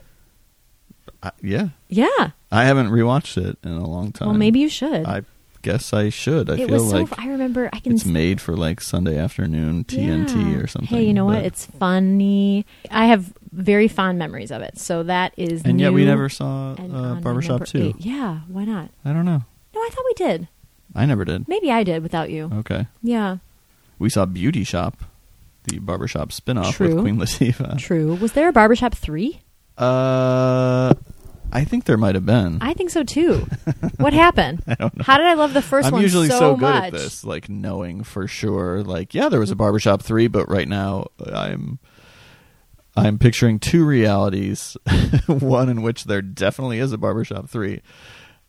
A: I, yeah.
B: Yeah.
A: I haven't rewatched it in a long time.
B: Well, maybe you should.
A: I guess I should. I
B: it
A: feel
B: was so.
A: like
B: I remember. I can.
A: it's made for like Sunday afternoon TNT
B: Yeah.
A: or something.
B: Hey, you know what?
A: but-
B: It's funny. I have very fond memories of it. So that is.
A: and yet we
B: new
A: never saw
B: and
A: uh,
B: on my
A: Barbershop
B: number
A: 2.
B: eight. Yeah. Why not?
A: I don't know.
B: No, I thought we did.
A: I never did.
B: Maybe I did without you.
A: Okay.
B: Yeah.
A: We saw Beauty Shop, the barbershop spinoff
B: True.
A: with Queen Latifah.
B: True. Was there a Barbershop three?
A: Uh, I think there might have been.
B: I think so too. what happened? I don't know. How did I love the 1st
A: I'm
B: one
A: usually
B: so,
A: so, good
B: much? Mm-hmm.
A: at this, like knowing for sure. Like, yeah, there was a barbershop three, but right now uh, I'm I'm picturing two realities: one in which there definitely is a barbershop three,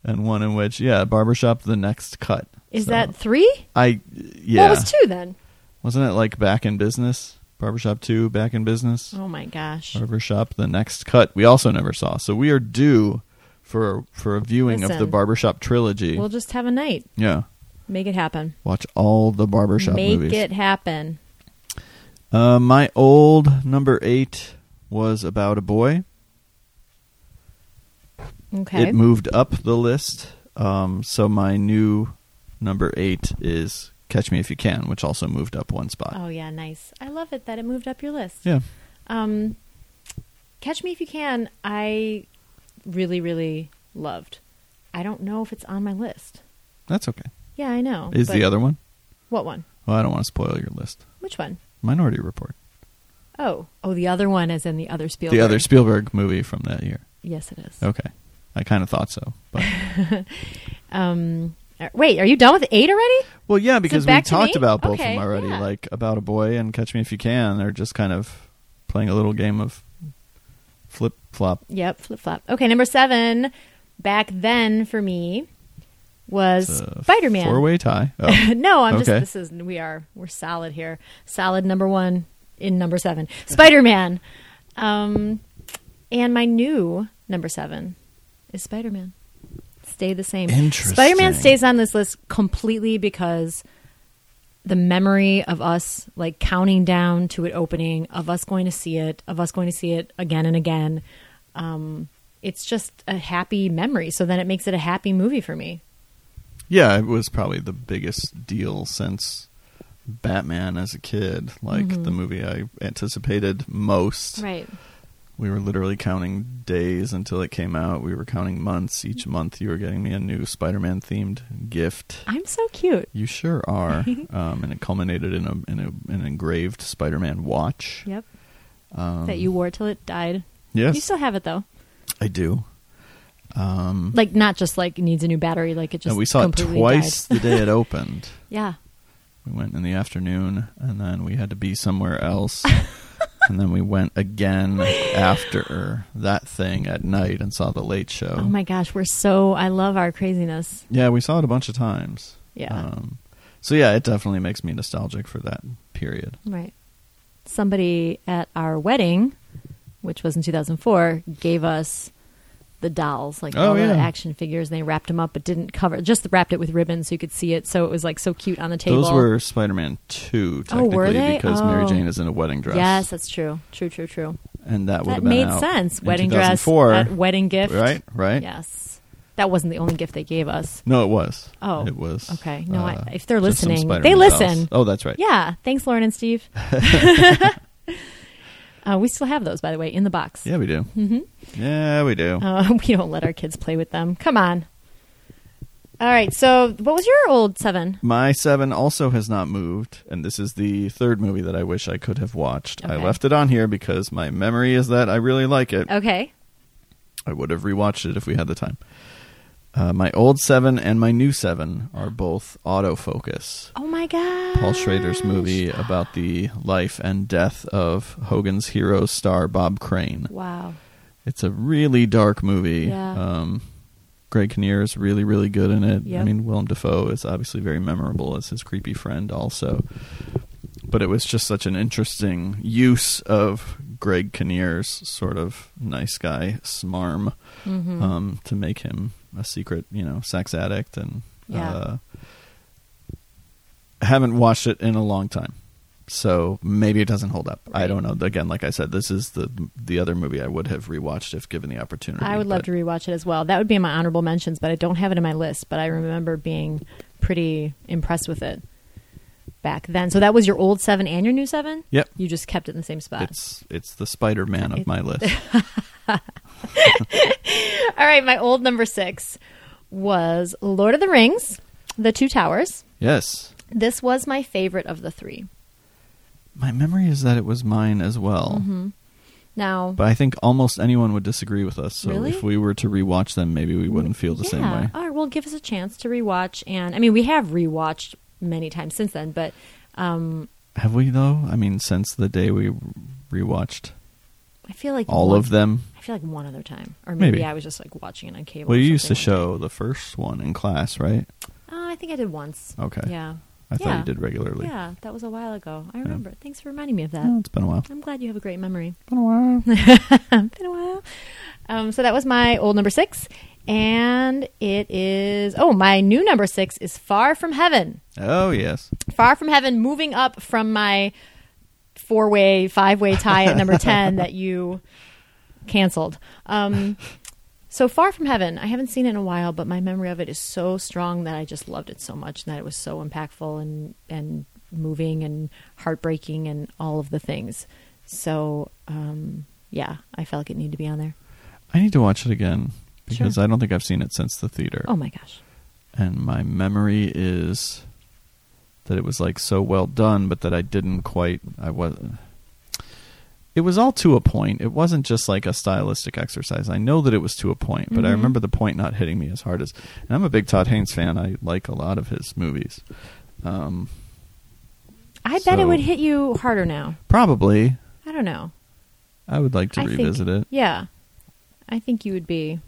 A: and one in which, yeah, barbershop the next cut.
B: Is
A: So,
B: that three?
A: I? Yeah,
B: What was two then?
A: not it like back in business? Barbershop two, back in business.
B: Oh my gosh.
A: Barbershop, the next cut we also never saw. So we are due for for a viewing of the
B: Listen.
A: barbershop trilogy.
B: We'll just have a night.
A: yeah.
B: Make it happen.
A: Watch all the barbershop
B: Make
A: movies.
B: it happen.
A: Uh, my old number eight was about a boy.
B: Okay.
A: It moved up the list. Um, so my new number eight is Catch Me If You Can, which also moved up one spot.
B: oh yeah, nice. I love it that it moved up your list.
A: Yeah.
B: Um, Catch Me If You Can, I really, really loved. I don't know if it's on my list.
A: That's okay.
B: Yeah, I know.
A: Is
B: Oh, but-
A: the other one?
B: What one?
A: Well, I don't want to spoil your list.
B: Which one?
A: Minority Report.
B: Oh. Oh, the other one is in the other Spielberg.
A: The other Spielberg movie from that year.
B: Yes, it is.
A: Okay. I kind of thought so. But
B: Um, uh, wait, are you done with eight already?
A: Well, yeah, because we
B: back to
A: talked
B: me?
A: about both
B: Okay,
A: of them already.
B: yeah.
A: Like about a boy and Catch Me If You Can. They're just kind of playing a little game of flip flop.
B: Yep, flip flop. Okay, number seven back then for me was Spider Man.
A: Four way uh, tie. Oh.
B: no, I'm
A: Okay.
B: just this is we are we're solid here. Solid number one in number seven. Spider Man. Um and my new number seven is Spider Man. Stay the same.
A: Interesting.
B: Spider Man stays on this list completely because the memory of us like counting down to it opening, of us going to see it, of us going to see it again and again. Um, it's just a happy memory. So then it makes it a happy movie for me.
A: yeah, it was probably the biggest deal since Batman as a kid. Like the movie I anticipated most.
B: Mm-hmm. Right.
A: We were literally counting days until it came out. We were counting months. Each month, you were getting me a new Spider Man themed gift.
B: I'm so cute.
A: You sure are. um, and it culminated in a in a, an engraved Spider-Man watch.
B: Yep.
A: Um,
B: that you wore till it died.
A: yes,
B: You still have it though.
A: I do. Um,
B: Like not just like needs a new battery. Like it just.
A: and we saw it
B: completely
A: twice
B: died.
A: the day it opened.
B: yeah.
A: We went in the afternoon, and then we had to be somewhere else. and then we went again after that thing at night and saw the late show.
B: Oh my gosh, we're so. I love our craziness.
A: Yeah, we saw it a bunch of times.
B: Yeah.
A: Um, so yeah, it definitely makes me nostalgic for that period.
B: Right. Somebody at our wedding which was in 2004, gave us the dolls, like
A: Oh,
B: all
A: yeah.
B: the action figures, and they wrapped them up, but didn't cover. Just wrapped it with ribbon so you could see it. So it was like so cute on the table.
A: Those were Spider-Man two,
B: Oh,
A: technically,
B: were they?
A: because Mary
B: Oh.
A: Jane is in a wedding dress.
B: Yes, that's true. True, true, true.
A: and that would
B: That
A: have been
B: made
A: out
B: sense.
A: in
B: Wedding dress, uh,
A: 2004,
B: that wedding gift,
A: right? Right.
B: Yes, that wasn't the only gift they gave us.
A: No, it was.
B: Oh,
A: it was.
B: okay. No, I-
A: uh,
B: if they're
A: just some
B: listening,
A: Spider-Man
B: they
A: dolls.
B: listen.
A: Oh, that's right.
B: Yeah, thanks, Lauren and Steve. uh, we still have those, by the way, in the box.
A: Yeah, we do. Mm-hmm. Yeah, we do.
B: Uh, we don't let our kids play with them. Come on. All right. So, what was your old seven?
A: My seven also has not moved, and this is the third movie that I wish I could have watched. I
B: Okay.
A: left it on here because my memory is that I really like it.
B: Okay.
A: I would have rewatched it if we had the time. Uh, my old seven and my new seven are both autofocus.
B: Oh my god.
A: Paul Schrader's movie about the life and death of Hogan's Heroes star Bob Crane.
B: Wow.
A: It's a really dark movie.
B: Yeah.
A: Um, Greg Kinnear is really, really good in it. I
B: Yep.
A: mean, Willem Dafoe is obviously very memorable as his creepy friend, also. But it was just such an interesting use of Greg Kinnear's sort of nice guy smarm
B: Mhm.
A: um, to make him a secret, you know, sex addict. And
B: Yeah.
A: uh, haven't watched it in a long time. So maybe it doesn't hold up. I
B: Right.
A: don't know. Again, like I said, this is the the other movie I would have rewatched if given the opportunity.
B: I would love
A: but
B: to rewatch it as well. That would be in my honorable mentions, but I don't have it in my list. But I remember being pretty impressed with it back then. So that was your old seven and your new seven.
A: Yep.
B: You just kept it in the same spot.
A: It's it's the Spider Man of
B: It-
A: my list.
B: All right. My old number six was Lord of the Rings, The Two Towers.
A: yes,
B: This was my favorite of the three.
A: my memory is that it was mine as well.
B: Mm-hmm. Now,
A: But I think almost anyone would disagree with us. So
B: Really?
A: if we were to rewatch them, maybe we wouldn't feel the
B: yeah.
A: same way.
B: All right, well, give us a chance to rewatch. And I mean, we have rewatched many times since then, but um,
A: Have we though? I mean, since the day we rewatched
B: I feel like
A: all
B: one-
A: of them.
B: I feel like one other time, or maybe,
A: Maybe.
B: I was just like watching it on cable.
A: Well,
B: or
A: you used to
B: something
A: show
B: one
A: the first one in class, right?
B: day. Uh, I think I did once.
A: Okay.
B: Yeah.
A: I thought
B: Yeah.
A: you did regularly.
B: Yeah, that was a while ago. I remember. Thanks for reminding me of that.
A: Oh, it's been a while.
B: I'm glad you have a great memory.
A: Been a while.
B: Been a while. Um, so that was my old number six, and it is oh my new number six is Far from Heaven.
A: Oh yes.
B: Far From Heaven moving up from my four way, five way tie at number 10 that you canceled. Um, so Far From Heaven, I haven't seen it in a while, but my memory of it is so strong that I just loved it so much and that it was so impactful and, and moving and heartbreaking and all of the things. So, um, yeah, I felt like it needed to be on there.
A: I need to watch it again because
B: Sure.
A: I don't think I've seen it since the theater.
B: Oh my gosh.
A: And my memory is that it was like so well done, but that I didn't quite. I was. It was all to a point. It wasn't just like a stylistic exercise. I know that it was to a point, but I
B: Mhm.
A: remember the point not hitting me as hard as. And I'm a big Todd Haynes fan. I like a lot of his movies. Um,
B: I bet it
A: So-
B: would hit you harder now.
A: probably,
B: I don't know.
A: I would like to
B: I think-
A: revisit it.
B: Yeah. I think you would be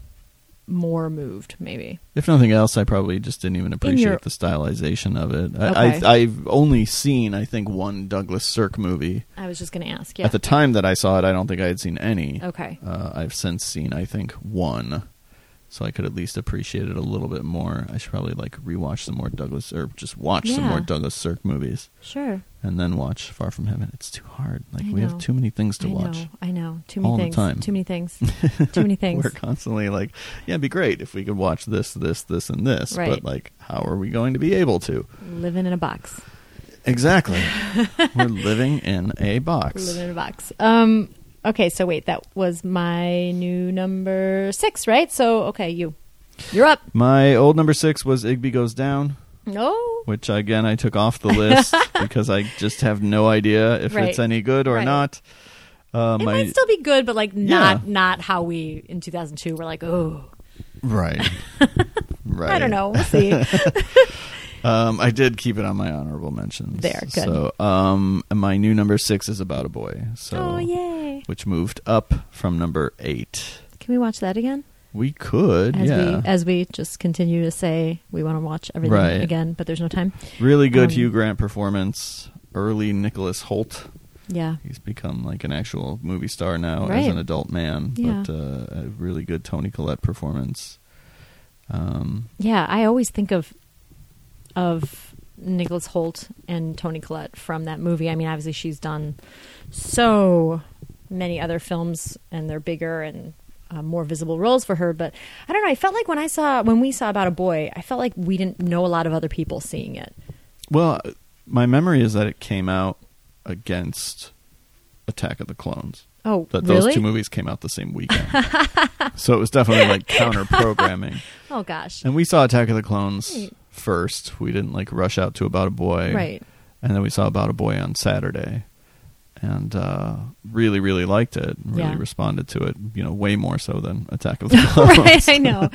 B: more moved, maybe.
A: If nothing else, I probably just didn't even appreciate
B: your-
A: the stylization of it. I,
B: Okay.
A: I, I've only seen, I think, one Douglas Sirk movie.
B: I was just going to ask. Yeah.
A: At the time that I saw it, I don't think I had seen any.
B: okay.
A: Uh, I've since seen, I think, one. So I could at least appreciate it a little bit more. I should probably like rewatch some more Douglas, or just watch some
B: Yeah.
A: more Douglas Sirk movies,
B: Sure.
A: and then watch Far from Heaven. It's too hard. Like
B: I
A: we have
B: know.
A: too many things to
B: I
A: watch.
B: know. I know. Too many
A: all the
B: things.
A: time.
B: Too many things. Too many things.
A: We're constantly like, yeah, it'd be great if we could watch this, this, this, and this. But
B: Right.
A: like, how are we going to be able to?
B: Living in a box.
A: Exactly. We're living in a box.
B: Living in a box. Um. Okay. So wait, that was my new number six, right? So okay, you, you're up.
A: My old number six was Igby Goes Down,
B: No.
A: which again I took off the list because I just have no idea if
B: Right.
A: it's any good or
B: Right.
A: not. Uh,
B: It
A: my,
B: might still be good, but like not
A: Yeah.
B: not how we in 2002 were like, oh,
A: right. right.
B: I don't know. We'll see.
A: Um, I did keep it on my honorable mentions.
B: There, good.
A: So, um, and my new number six is about a boy. So,
B: oh yay!
A: which moved up from number eight.
B: Can we watch that again?
A: We could,
B: As
A: yeah.
B: we as we just continue to say we want to watch everything
A: Right.
B: again, but there's no time.
A: really good
B: um,
A: Hugh Grant performance. Early Nicholas Holt
B: Yeah.
A: He's become like an actual movie star now as
B: Right.
A: an adult man.
B: Yeah.
A: But uh, a really good Tony Collette performance. Um,
B: Yeah, I always think of of Nicholas Holt and Toni Collette from that movie. I mean, obviously she's done so many other films, and they're bigger and uh, more visible roles for her. But I don't know. I felt like when I saw when we saw About a Boy, I felt like we didn't know a lot of other people seeing it.
A: well, my memory is that it came out against Attack of the Clones.
B: Oh,
A: That
B: really?
A: those two movies came out the same weekend. so it was definitely like counter programming.
B: Oh gosh,
A: And we saw Attack of the Clones
B: Right.
A: first. We didn't like rush out to About a Boy.
B: right.
A: and then we saw About a Boy on Saturday, and uh, really, really liked it. and Really
B: Yeah.
A: responded to it. You know, way more so than Attack of the Clones.
B: right, I know.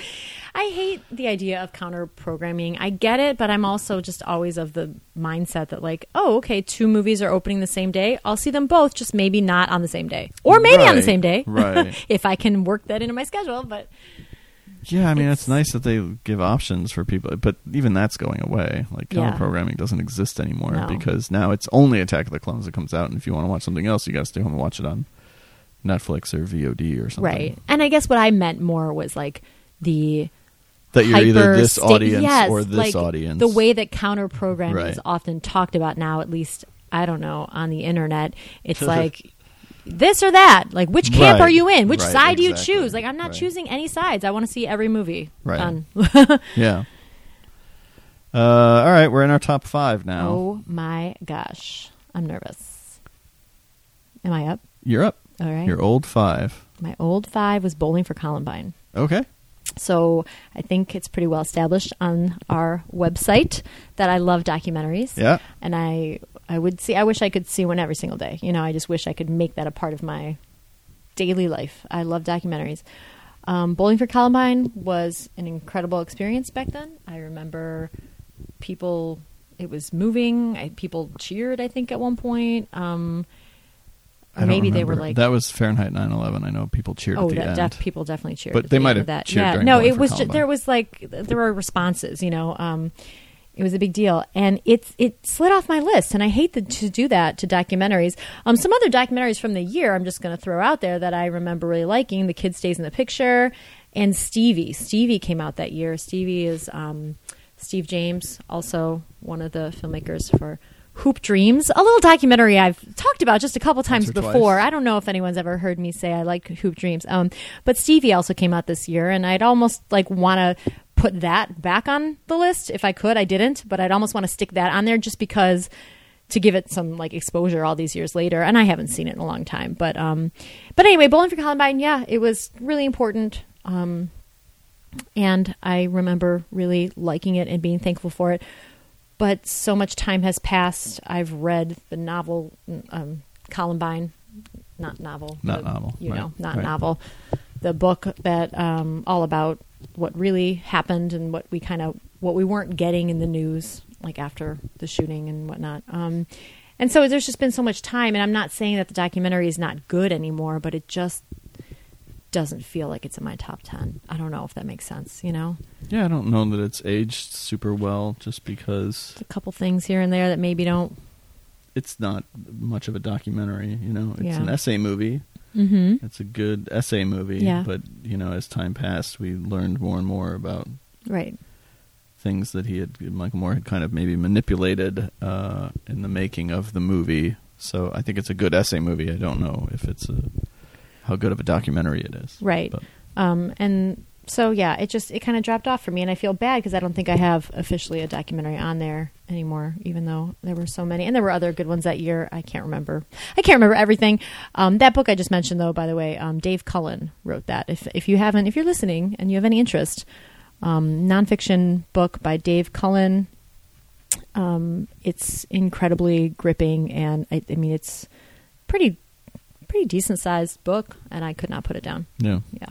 B: I hate the idea of counter programming. I get it, but I'm also just always of the mindset that, like, oh, okay, two movies are opening the same day. I'll see them both, just maybe not on the same day. Or maybe on the
A: Right,
B: same day.
A: right.
B: if I can work that into my schedule. But
A: Yeah, I mean, it's,
B: It's-
A: nice that they give options for people, but even that's going away. Like
B: Yeah.
A: counter programming doesn't exist anymore
B: No.
A: because now it's only Attack of the Clones that comes out, and if you want to watch something else, you got to stay home and watch it on Netflix or VOD or something.
B: right. And I guess what I meant more was like the
A: That you're either
B: hyper
A: this
B: sta-
A: audience
B: yes,
A: or this
B: like,
A: audience.
B: The way that counter programming
A: Right.
B: is often talked about now, at least I don't know on the internet, it's like this or that. Like which camp
A: Right.
B: are you in? Which
A: Right,
B: side do you
A: exactly.
B: choose? Like I'm not
A: Right.
B: choosing any sides. I want to see every movie.
A: Right.
B: on-
A: Yeah. Uh, all right, we're in our top five now.
B: oh my gosh, I'm nervous. Am I up?
A: You're up.
B: All right.
A: Your old five.
B: My old five was bowling for Columbine.
A: Okay.
B: So I think it's pretty well established on our website that I love documentaries.
A: Yeah.
B: And I I would see I wish I could see one every single day. You know, I just wish I could make that a part of my daily life. I love documentaries. Um, Bowling for Columbine was an incredible experience back then. I remember people it was moving. I, people cheered I think at one point. Um
A: I don't
B: maybe they
A: remember.
B: were like
A: that was Fahrenheit 9/11. I know people cheered
B: Oh,
A: at the
B: that
A: end.
B: def- people definitely cheered.
A: But
B: at
A: they
B: the
A: might
B: end
A: have
B: of that.
A: cheered
B: Yeah,
A: during
B: no,
A: Bowling
B: it
A: for
B: was just
A: Columbine.
B: there was like there were responses. You know, um, it was a big deal, and it's it slid off my list. And I hate the, to do that to documentaries. Um, some other documentaries from the year I'm just going to throw out there that I remember really liking: "The Kid Stays in the Picture" and Stevie. Stevie came out that year. Stevie is um, Steve James, also one of the filmmakers for. Hoop Dreams, a little documentary I've talked about just a couple times
A: or twice.
B: before. I don't know if anyone's ever heard me say I like Hoop Dreams. Um, but Stevie also came out this year, and I'd almost like want to put that back on the list if I could. I didn't, but I'd almost want to stick that on there just because to give it some like exposure all these years later. And I haven't seen it in a long time, but um, but anyway, Bowling for Columbine, yeah, it was really important. Um, and I remember really liking it and being thankful for it. But so much time has passed. I've read the novel um, Columbine, not novel,
A: Not
B: but,
A: novel,
B: you
A: right,
B: know, not
A: right.
B: novel. The book that um, all about what really happened and what we kind of what we weren't getting in the news, like after the shooting and whatnot. Um, and so there's just been so much time, and I'm not saying that the documentary is not good anymore, but it just doesn't feel like it's in my top 10. I don't know if that makes sense, you know?
A: Yeah, I don't know that it's aged super well just because
B: A couple things here and there that maybe don't.
A: it's not much of a documentary, you know. It's
B: Yeah.
A: an essay movie.
B: Mm-hmm.
A: It's a good essay movie,
B: Yeah.
A: but you know, as time passed, we learned more and more about
B: Right.
A: things that he had Michael Moore had kind of maybe manipulated uh, in the making of the movie. So I think it's a good essay movie. I don't know if it's a how good of a documentary it is.
B: Right.
A: But-
B: Um, and so, yeah, it just, it kind of dropped off for me. And I feel bad because I don't think I have officially a documentary on there anymore, even though there were so many. And there were other good ones that year. I can't remember. I can't remember everything. Um, that book I just mentioned, though, by the way, um, Dave Cullen wrote that. If, if you haven't, if you're listening and you have any interest, um, nonfiction book by Dave Cullen. Um, it's incredibly gripping, and I, I mean, it's pretty, pretty decent sized book, and I could not put it down.
A: yeah.
B: Yeah.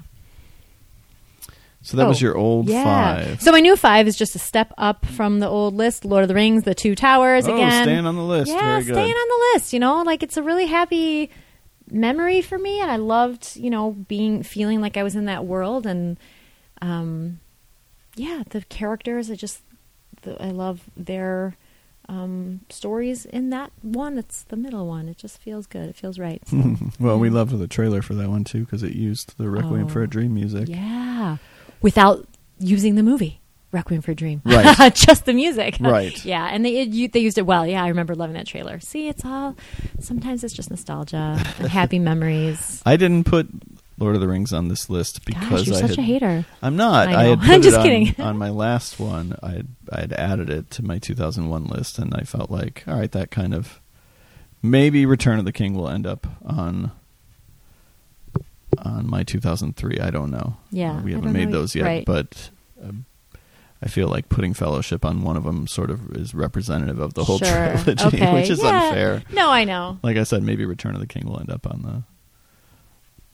A: So that was
B: Oh,
A: your old
B: yeah.
A: five.
B: So my new five is just a step up from the old list: Lord of the Rings, The Two Towers.
A: Oh,
B: again,
A: staying on the list.
B: Yeah,
A: Very good.
B: staying on the list. You know, like it's a really happy memory for me, and I loved, you know, being feeling like I was in that world, and um, yeah, the characters. I just, the, I love their um, stories in that one. It's the middle one. It just feels good. It feels right.
A: well, we loved the trailer for that one too because it used the Requiem
B: Oh.
A: for a Dream music.
B: yeah, without using the movie Requiem for a Dream,
A: Right.
B: just the music,
A: Right.
B: Yeah, and they it, you, they used it well. Yeah, I remember loving that trailer. See, it's all sometimes it's just nostalgia and happy memories.
A: I didn't put Lord of the Rings on this list
B: Gosh,
A: because
B: you're
A: I
B: such
A: had,
B: a hater.
A: I'm not.
B: I know.
A: I had put
B: I'm just
A: it on,
B: kidding.
A: on my last one. I had, I had added it to my 2001 list, and I felt like, all right, that kind of maybe Return of the King will end up on on my 2003. I don't know.
B: Yeah,
A: we
B: I
A: haven't
B: don't
A: made
B: know.
A: those yet,
B: Right.
A: but um, I feel like putting Fellowship on one of them sort of is representative of the whole
B: Sure.
A: trilogy,
B: Okay.
A: which is
B: Yeah.
A: unfair.
B: No, I know.
A: Like I said, maybe Return of the King will end up on the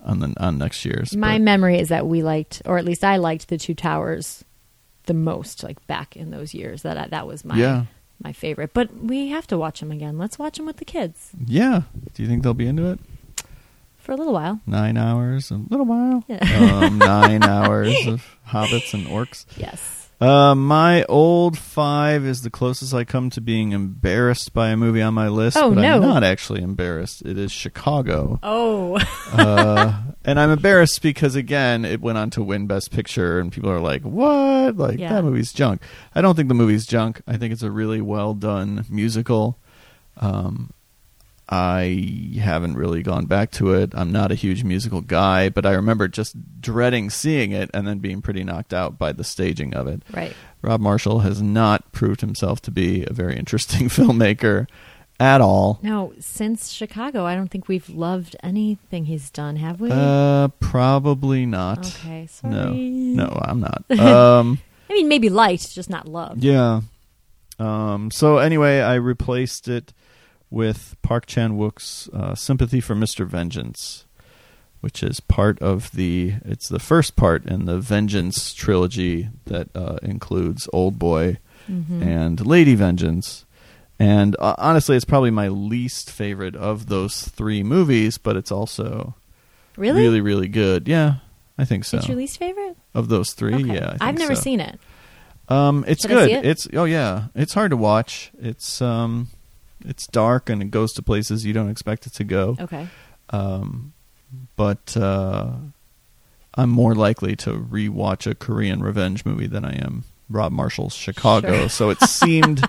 A: on the on next year's.
B: My
A: but-
B: memory is that we liked, or at least I liked, the Two Towers the most, like back in those years. That that was my
A: Yeah.
B: my favorite. But we have to watch them again. Let's watch them with the kids
A: yeah. Do you think they'll be into it?
B: for a little while.
A: nine hours, a little while,
B: Yeah.
A: um, nine hours of hobbits and orcs.
B: Yes.
A: Uh, my old five is the closest I come to being embarrassed by a movie on my list,
B: Oh,
A: but
B: no.
A: I'm not actually embarrassed. It is Chicago.
B: Oh,
A: Uh, and I'm embarrassed because again, it went on to win Best Picture, and people are like, "What? Like
B: Yeah.
A: that movie's junk." I don't think the movie's junk. I think it's a really well done musical. Um, I haven't really gone back to it. I'm not a huge musical guy, but I remember just dreading seeing it and then being pretty knocked out by the staging of it.
B: right.
A: Rob Marshall has not proved himself to be a very interesting filmmaker at all.
B: No, since Chicago, I don't think we've loved anything he's done, have we?
A: Uh, probably not.
B: okay, sorry.
A: No, no, I'm not. Um,
B: I mean, maybe liked, just not loved.
A: yeah. Um, so anyway, I replaced it with Park Chan Wook's uh, "Sympathy for Mr. Vengeance," which is part of the. It's the first part in the Vengeance trilogy that uh, includes Old Boy
B: Mhm.
A: and Lady Vengeance. And uh, honestly, it's probably my least favorite of those three movies, but it's also
B: Really?
A: really, really good. Yeah, I think so.
B: It's your least favorite?
A: of those three,
B: Okay.
A: yeah, I think
B: have never
A: so.
B: seen it.
A: Um, it's
B: Should I
A: good.
B: see it?
A: It's oh yeah, it's hard to watch. It's um, it's dark and it goes to places you don't expect it to go.
B: Okay.
A: Um, but uh, I'm more likely to rewatch a Korean revenge movie than I am Rob Marshall's Chicago.
B: Sure.
A: So it seemed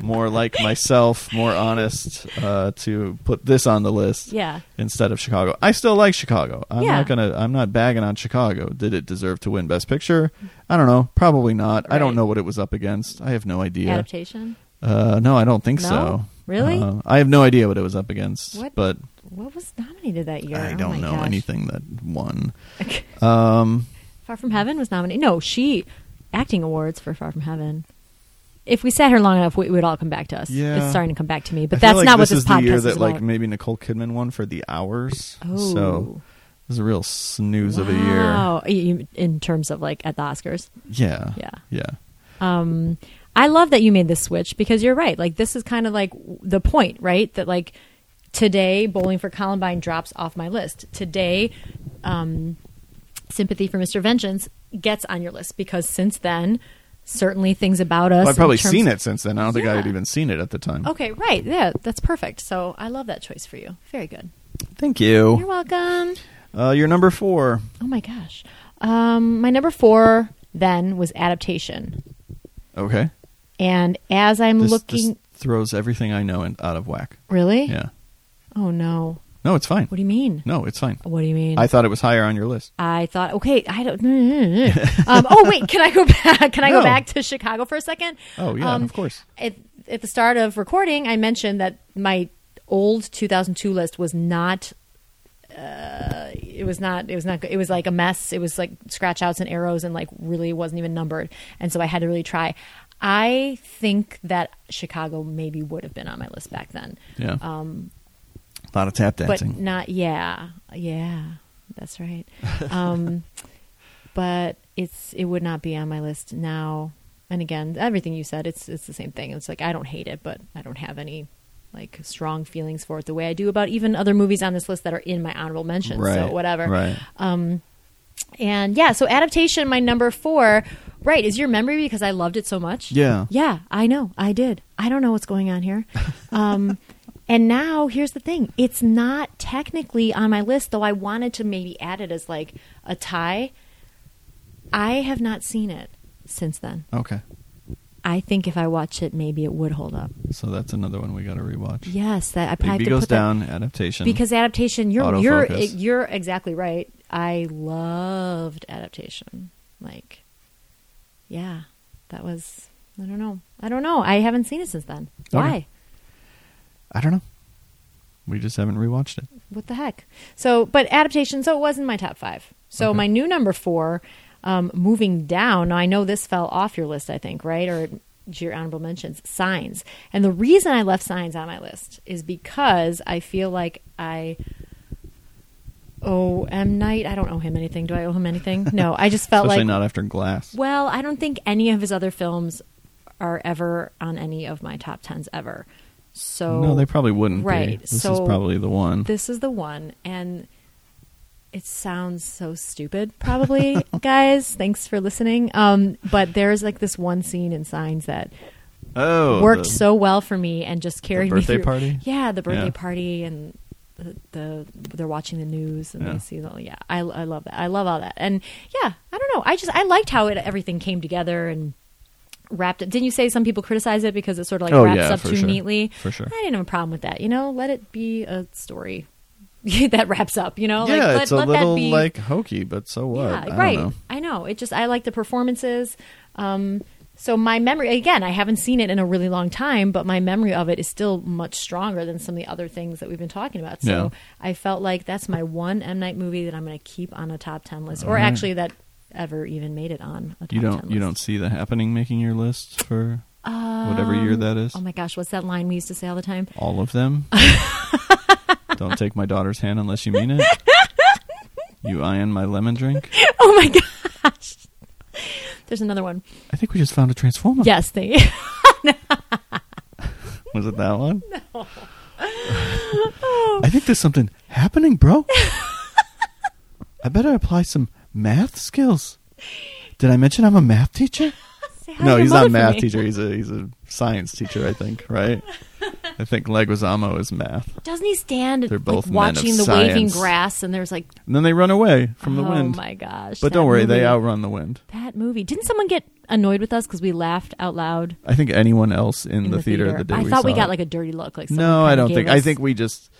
A: more like myself, more honest uh, to put this on the list
B: Yeah.
A: instead of Chicago. I still like Chicago. I'm
B: Yeah.
A: not gonna. I'm not bagging on Chicago. Did it deserve to win Best Picture? I don't know. Probably not. I
B: Right.
A: don't know what it was up against. I have no idea.
B: Adaptation?
A: Uh, no, I don't think
B: No?
A: so.
B: Really?
A: Uh, I have no idea what it was up against.
B: What
A: But
B: What was nominated that year?
A: I
B: Oh
A: don't
B: my
A: know
B: gosh.
A: anything that won. Um,
B: Far From Heaven was nominated. No, she acting awards for Far From Heaven. If we sat here long enough, we, it would all come back to us.
A: Yeah.
B: It's starting to come back to me, but
A: I feel
B: that's
A: like
B: not what this
A: is
B: podcast
A: the year
B: is
A: that
B: about.
A: like maybe Nicole Kidman won for The Hours.
B: oh,
A: So it was a real snooze of a year.
B: Wow. You- you- In terms of like at the Oscars,
A: Yeah.
B: Yeah.
A: Yeah.
B: um, I love that you made this switch because you're right. Like this is kind of like w- the point, right? That like today, Bowling for Columbine drops off my list. Today, um, Sympathy for Mr. Vengeance gets on your list because since then, certainly things about us.
A: Well, I've probably
B: in terms-
A: seen it since then. I don't think I had
B: Yeah. Oh.
A: even seen it at the time.
B: Okay, right. Yeah, that's perfect. So I love that choice for you. Very good.
A: Thank you.
B: You're welcome.
A: Uh, you're number four.
B: Oh my gosh. Um, my number four then was adaptation.
A: Okay.
B: And as I'm
A: This,
B: looking.
A: this throws everything I know in, out of whack.
B: really?
A: Yeah.
B: Oh no.
A: No, it's fine.
B: What do you mean?
A: No, it's fine.
B: What do you mean?
A: I thought it was higher on your list.
B: I thought, okay, I don't. um, oh wait, can I go back? Can I go
A: No.
B: back to Chicago for a second?
A: Oh, yeah,
B: Um,
A: of course.
B: At, at the start of recording, I mentioned that my old 2002 list was not. Uh, it was not. It was not. good. It was like a mess. It was like scratch outs and arrows, and like really wasn't even numbered. And so I had to really try. I think that Chicago maybe would have been on my list back then.
A: Yeah.
B: Um,
A: A lot of tap
B: but
A: dancing.
B: not yeah yeah that's right um but it's it would not be on my list now and again everything you said it's it's the same thing it's like i don't hate it but i don't have any like strong feelings for it the way i do about even other movies on this list that are in my honorable mentions so
A: Right,
B: whatever
A: right.
B: um and yeah so adaptation my number four Right. Is your memory because I loved it so much?
A: Yeah.
B: Yeah, I know. I did. I don't know what's going on here. Um, and now here's the thing it's not technically on my list, though I wanted to maybe add it as like a tie. I have not seen it since then.
A: Okay.
B: I think if I watch it, maybe it would hold up.
A: So that's another one we got to rewatch.
B: Yes, that I probably have
A: Bigby
B: to
A: goes
B: put that-
A: down adaptation.
B: because adaptation. You're you're
A: Autofocus.
B: you're exactly right. I loved adaptation. Like, yeah, that was. I don't know. I don't know. I haven't seen it since then. Why?
A: Okay. I don't know. We just haven't rewatched it.
B: What the heck? So, but adaptation. So it was in my top five. So
A: Okay.
B: my new number four, um, moving down. Now I know this fell off your list, I think, right? Or to your honorable mentions, Signs. And the reason I left Signs on my list is because I feel like I owe M Night. I don't owe him anything. Do I owe him anything? No. I just felt
A: Especially
B: like
A: not after Glass.
B: well, I don't think any of his other films are ever on any of my top tens ever. So
A: no, they probably wouldn't. be.
B: right,
A: This is
B: so
A: probably the one.
B: this is the one and it sounds so stupid probably guys thanks for listening um but there's like this one scene in signs that
A: oh,
B: worked
A: the-
B: so well for me and just carried
A: birthday
B: me through
A: party?
B: yeah the birthday
A: Yeah.
B: party and the, the they're watching the news and
A: Yeah.
B: they see the yeah I, I love that i love all that and yeah i don't know i just i liked how it everything came together and wrapped it didn't you say some people criticize it because it sort of like
A: Oh,
B: wraps
A: yeah,
B: up
A: for
B: too
A: sure.
B: neatly
A: For sure.
B: i didn't have a problem with that you know let it be a story that wraps up you know
A: yeah,
B: like let,
A: it's a
B: let
A: little
B: that be
A: like hokey, but so what? I
B: yeah,
A: don't
B: right.
A: know.
B: I know. It just I like the performances. Um, so my memory again, I haven't seen it in a really long time, but my memory of it is still much stronger than some of the other things that we've been talking about. So
A: Yeah.
B: I felt like that's my one M Night movie that I'm going to keep on a top ten list, or
A: All right.
B: actually that ever even made it on a top
A: Mm-hmm. You
B: 10
A: don't. You
B: list.
A: don't see the happening making your list for whatever year
B: Um,
A: that is.
B: Oh my gosh, what's that line we used to say all the time?
A: All of them. don't take my daughter's hand unless you mean it. You iron my lemon drink.
B: Oh my gosh. There's another one.
A: I think we just found a transformer.
B: Yes, they.
A: Was it that one? No.
B: oh,
A: I think there's something happening, bro. I better apply some math skills. Did I mention I'm a math teacher?
B: Say hi to
A: no,
B: your
A: he's
B: mother
A: not a
B: for
A: math
B: me.
A: teacher. He's a he's a science teacher, I think, right? I think Leguizamo is math.
B: Doesn't he stand
A: They're
B: like,
A: both men of
B: watching the waving
A: science.
B: grass and there's like
A: And then they run away from the
B: oh
A: wind.
B: my gosh.
A: but
B: that
A: don't worry, they
B: movie-
A: outrun the wind.
B: That movie. Didn't someone get annoyed with us because we laughed out loud
A: I think anyone else in,
B: in
A: the, theater, the day
B: I
A: we
B: thought we
A: saw
B: got
A: it-
B: like a dirty look. Like someone
A: No, I
B: kinda
A: don't
B: gave
A: think. I
B: us-
A: think we just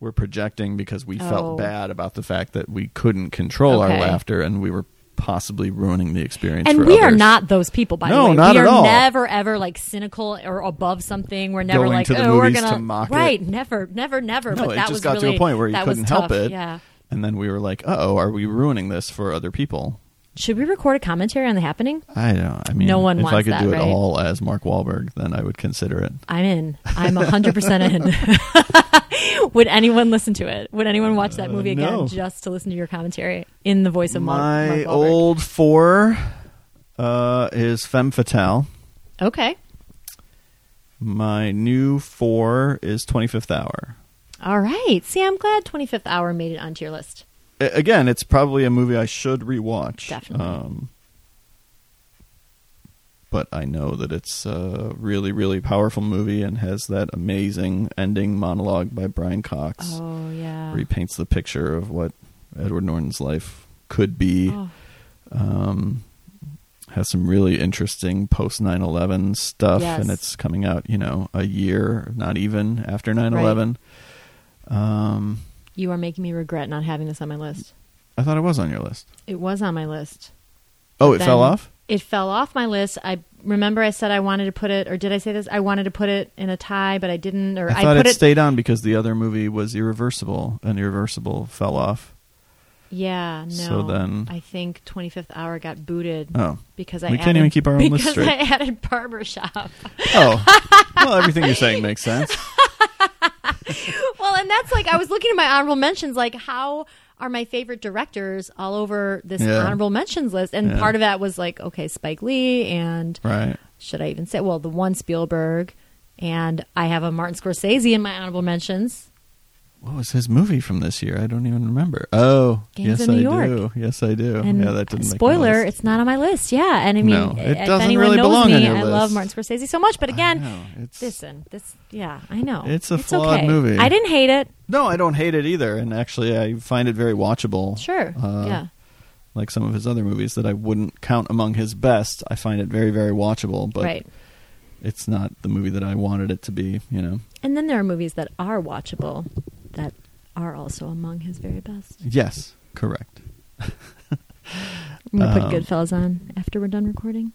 A: were projecting because we
B: Oh.
A: felt bad about the fact that we couldn't control our
B: Okay.
A: laughter and we were possibly ruining the experience.
B: And
A: for
B: we are
A: others.
B: not those people, by
A: No,
B: the way.
A: not
B: we
A: at
B: are
A: all.
B: never ever like cynical or above something. We're never
A: Going
B: like,
A: to the
B: oh, we're
A: movies
B: gonna
A: to mock it.
B: right. Never, never, never.
A: No,
B: but
A: it
B: that
A: just
B: was
A: got
B: really,
A: to a point where you
B: that
A: couldn't
B: was
A: help
B: tough.
A: it.
B: Yeah.
A: And then we were like, "Uh oh, are we ruining this for other people?"
B: Should we record a commentary on the happening?
A: I don't. I mean,
B: No one
A: if I
B: wants
A: could
B: that,
A: do it
B: right?
A: all as Mark Wahlberg, then I would consider it.
B: I'm in. I'm 100% in. Would anyone listen to it? Would anyone watch that movie again
A: Uh, no.
B: just to listen to your commentary in the voice of Mar-
A: My
B: Mark Wahlberg?
A: old four uh, is Femme Fatale.
B: Okay.
A: My new four is Twenty Fifth Hour.
B: All right. See, I'm glad 25th Hour made it onto your list.
A: A- again, it's probably a movie I should rewatch.
B: Definitely.
A: Um, but I know that it's a really, really powerful movie and has that amazing ending monologue by Brian Cox.
B: Oh, yeah.
A: Where he paints the picture of what Edward Norton's life could be.
B: Oh,
A: Um, has some really interesting post 9 11 stuff,
B: Yes.
A: and it's coming out, you know, a year, not even after 9 11. Um,
B: you are making me regret not having this on my list.
A: I thought it was on your list.
B: It was on my list.
A: Oh, it
B: Then
A: fell off?
B: It fell off my list. I remember I said I wanted to put it, or did I say this? I wanted to put it in a tie, but I didn't. Or
A: I thought
B: put
A: it,
B: it.
A: stayed on because the other movie was Irreversible, and Irreversible fell off.
B: yeah, no.
A: So then-
B: I think 25th Hour got booted.
A: Oh,
B: because I
A: We can't
B: added-
A: even keep our own list
B: because
A: straight.
B: I added barbershop.
A: oh, well, everything you're saying makes sense.
B: well, and that's like I was looking at my honorable mentions, like how are my favorite directors all over this
A: Yeah.
B: honorable mentions list? And
A: Yeah.
B: part of that was like, okay, Spike Lee, and
A: Right?
B: should I even say? Well, the one Spielberg, and I have a Martin Scorsese in my honorable mentions.
A: what was his movie from this year? I don't even remember. Oh,
B: Gangs
A: yes,
B: of New
A: I
B: York.
A: do. Yes, I do.
B: And
A: Oh, yeah, that didn't make my
B: spoiler,
A: list.
B: it's not on my list. Yeah, and I mean,
A: No, it
B: if
A: doesn't
B: anyone
A: really
B: knows
A: belong
B: me,
A: on your
B: I love Martin
A: list.
B: Scorsese so much. But
A: I
B: again,
A: know, it's,
B: listen, this, yeah, I know
A: It's a flawed
B: okay.
A: movie.
B: I didn't hate it.
A: no, I don't hate it either, and actually, I find it very watchable.
B: Sure,
A: Uh,
B: yeah,
A: like some of his other movies that I wouldn't count among his best. I find it very, very watchable, but
B: right.
A: it's not the movie that I wanted it to be. You know,
B: And then there are movies that are watchable that are also among his very best.
A: yes, correct.
B: I'm gonna
A: Um,
B: put Goodfellas on after we're done recording.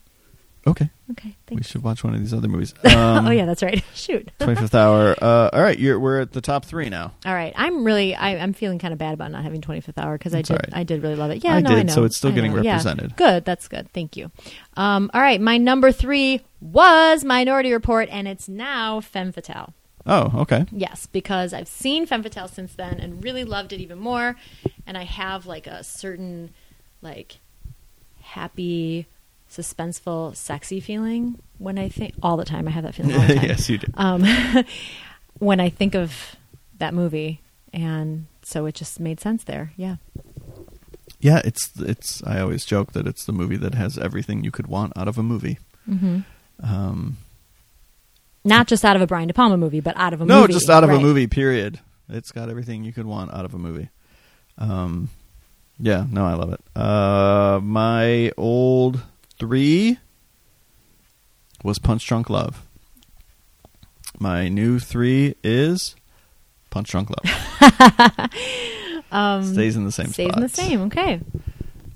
A: Okay,
B: Okay,
A: we
B: thanks.
A: should watch one of these other movies. Um,
B: oh yeah, that's right. Shoot.
A: Twenty fifth hour. Uh, all right, you're, we're at the top three now.
B: All right, I'm really I, I'm feeling kind of bad about not having 25th hour because I
A: It's
B: did
A: all right.
B: I did really love it. Yeah,
A: I
B: no, I
A: did,
B: know.
A: so it's still
B: I
A: getting
B: know. Yeah.
A: represented.
B: Good, that's good. Thank you. Um, all right, my number three was Minority Report, and it's now Femme Fatale.
A: Oh, okay.
B: Yes, because I've seen Femme Fatale since then and really loved it even more. And I have like a certain like happy, suspenseful, sexy feeling when I think all the time. I have that feeling all the time.
A: yes, you did.
B: Um, when I think of that movie, and so it just made sense there. Yeah.
A: Yeah, it's it's. I always joke that it's the movie that has everything you could want out of a movie.
B: Mm-hmm.
A: Um,
B: Not just out of a Brian De Palma movie, but out of a
A: no,
B: movie.
A: just out of a
B: Right.
A: movie. Period. It's got everything you could want out of a movie. Um, yeah, no, I love it. Uh, my old three was Punch Drunk Love. My new three is Punch Drunk Love.
B: Um,
A: stays in the same.
B: stays in the
A: spots.
B: same. Okay.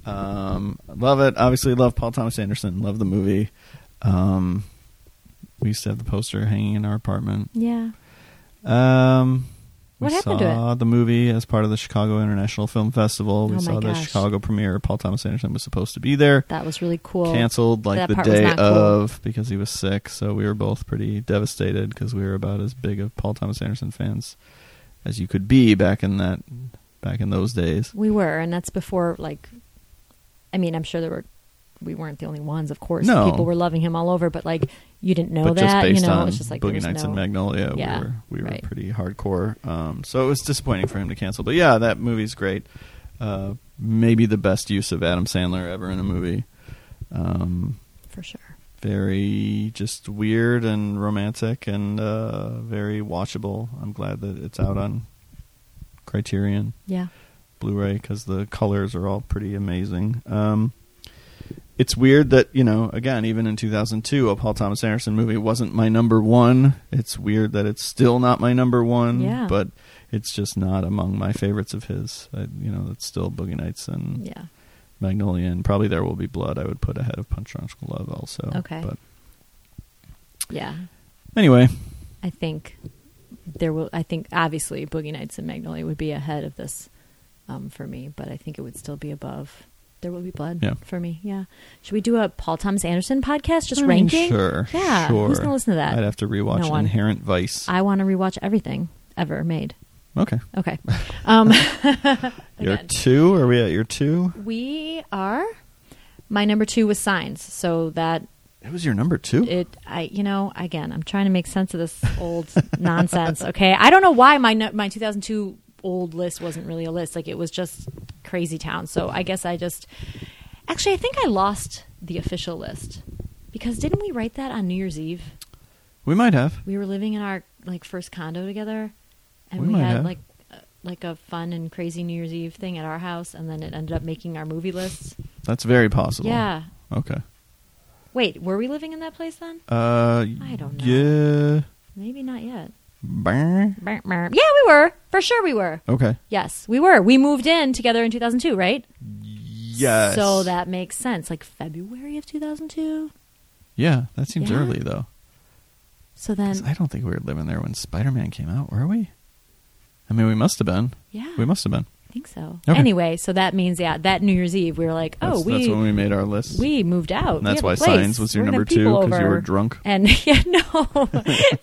A: Um, love it. Obviously, love Paul Thomas Anderson. Love the movie. Um, we used to have the poster hanging in our apartment.
B: Yeah.
A: Um,
B: What
A: we
B: happened to it?
A: saw the movie as part of the Chicago International Film Festival. We
B: Oh my
A: saw the
B: gosh.
A: Chicago premiere. Paul Thomas Anderson was supposed to be there.
B: That was really cool.
A: Canceled like
B: That
A: the
B: part was
A: day
B: not cool.
A: of because he was sick. So we were both pretty devastated because we were about as big of Paul Thomas Anderson fans as you could be back in that back in those days.
B: We were, and that's before like I mean, I'm sure there were we weren't the only ones, of course.
A: No.
B: People were loving him all over, but like you didn't know
A: but
B: that,
A: just based
B: you know,
A: on
B: it's just like there
A: Boogie
B: was
A: Nights
B: no,
A: and Magnolia,
B: Yeah,
A: we were we were
B: right.
A: pretty hardcore. Um, so it was disappointing for him to cancel. But yeah, that movie's great. Uh, maybe the best use of Adam Sandler ever in a movie. Um,
B: for sure.
A: very just weird and romantic and uh, very watchable. I'm glad that it's out on Criterion.
B: Yeah.
A: Blu-ray because the colors are all pretty amazing. Um, it's weird that you know, again, even in 2002, a Paul Thomas Anderson movie wasn't my number one. It's weird that it's still not my number one,
B: Yeah.
A: but it's just not among my favorites of his. I, you know, it's still Boogie Nights and
B: Yeah.
A: Magnolia, and probably There Will Be Blood. I would put ahead of Punch Drunk Love also.
B: Okay.
A: but
B: Yeah.
A: anyway,
B: I think there will I think obviously Boogie Nights and Magnolia would be ahead of this um, for me, but I think it would still be above There Will Be Blood
A: Yeah.
B: for me. Yeah. Should we do a Paul Thomas Anderson podcast just
A: I mean,
B: ranking?
A: Hmm. Sure,
B: Yeah.
A: sure.
B: Who's gonna listen to that?
A: I'd have to rewatch
B: No one.
A: Inherent Vice.
B: I want to rewatch everything ever made.
A: okay,
B: Okay. Um,
A: your
B: again.
A: two? Are we at your two?
B: we are. My number two was signs, so that
A: It was your number two.
B: it. I you know again, I'm trying to make sense of this old nonsense. Okay, I don't know why my nu- my 2002 old list wasn't really a list. Like it was just crazy town. So I guess I just actually I think I lost the official list because didn't we write that on New Year's Eve?
A: We might have.
B: we were living in our like first condo together, and
A: We
B: we,
A: might
B: had
A: have.
B: like uh, like a fun and crazy New Year's Eve thing at our house, and then it ended up making our movie lists.
A: That's very possible.
B: Yeah.
A: Okay.
B: Wait, were we living in that place then?
A: Uh,
B: I don't know.
A: Yeah.
B: Maybe not yet.
A: Brr.
B: Brr, brr. Yeah, we were for sure. We were.
A: Okay.
B: Yes, we were. We moved in together in 2002, right?
A: Yes.
B: So that makes sense. Like February of 2002.
A: Yeah, that seems
B: Yeah.
A: early though.
B: So
A: 'Cause
B: then,
A: I don't think we were living there when Spider-Man came out, were we? I mean, we must have been.
B: yeah,
A: We must have been.
B: I think so.
A: Okay.
B: Anyway, so that means yeah, that New Year's Eve we were like, oh,
A: That's,
B: we
A: that's when we made our list.
B: we moved out.
A: And
B: We
A: that's
B: have a
A: why
B: place.
A: signs was your
B: We're gonna
A: number
B: have people
A: two because you
B: over.
A: were drunk.
B: And yeah, no,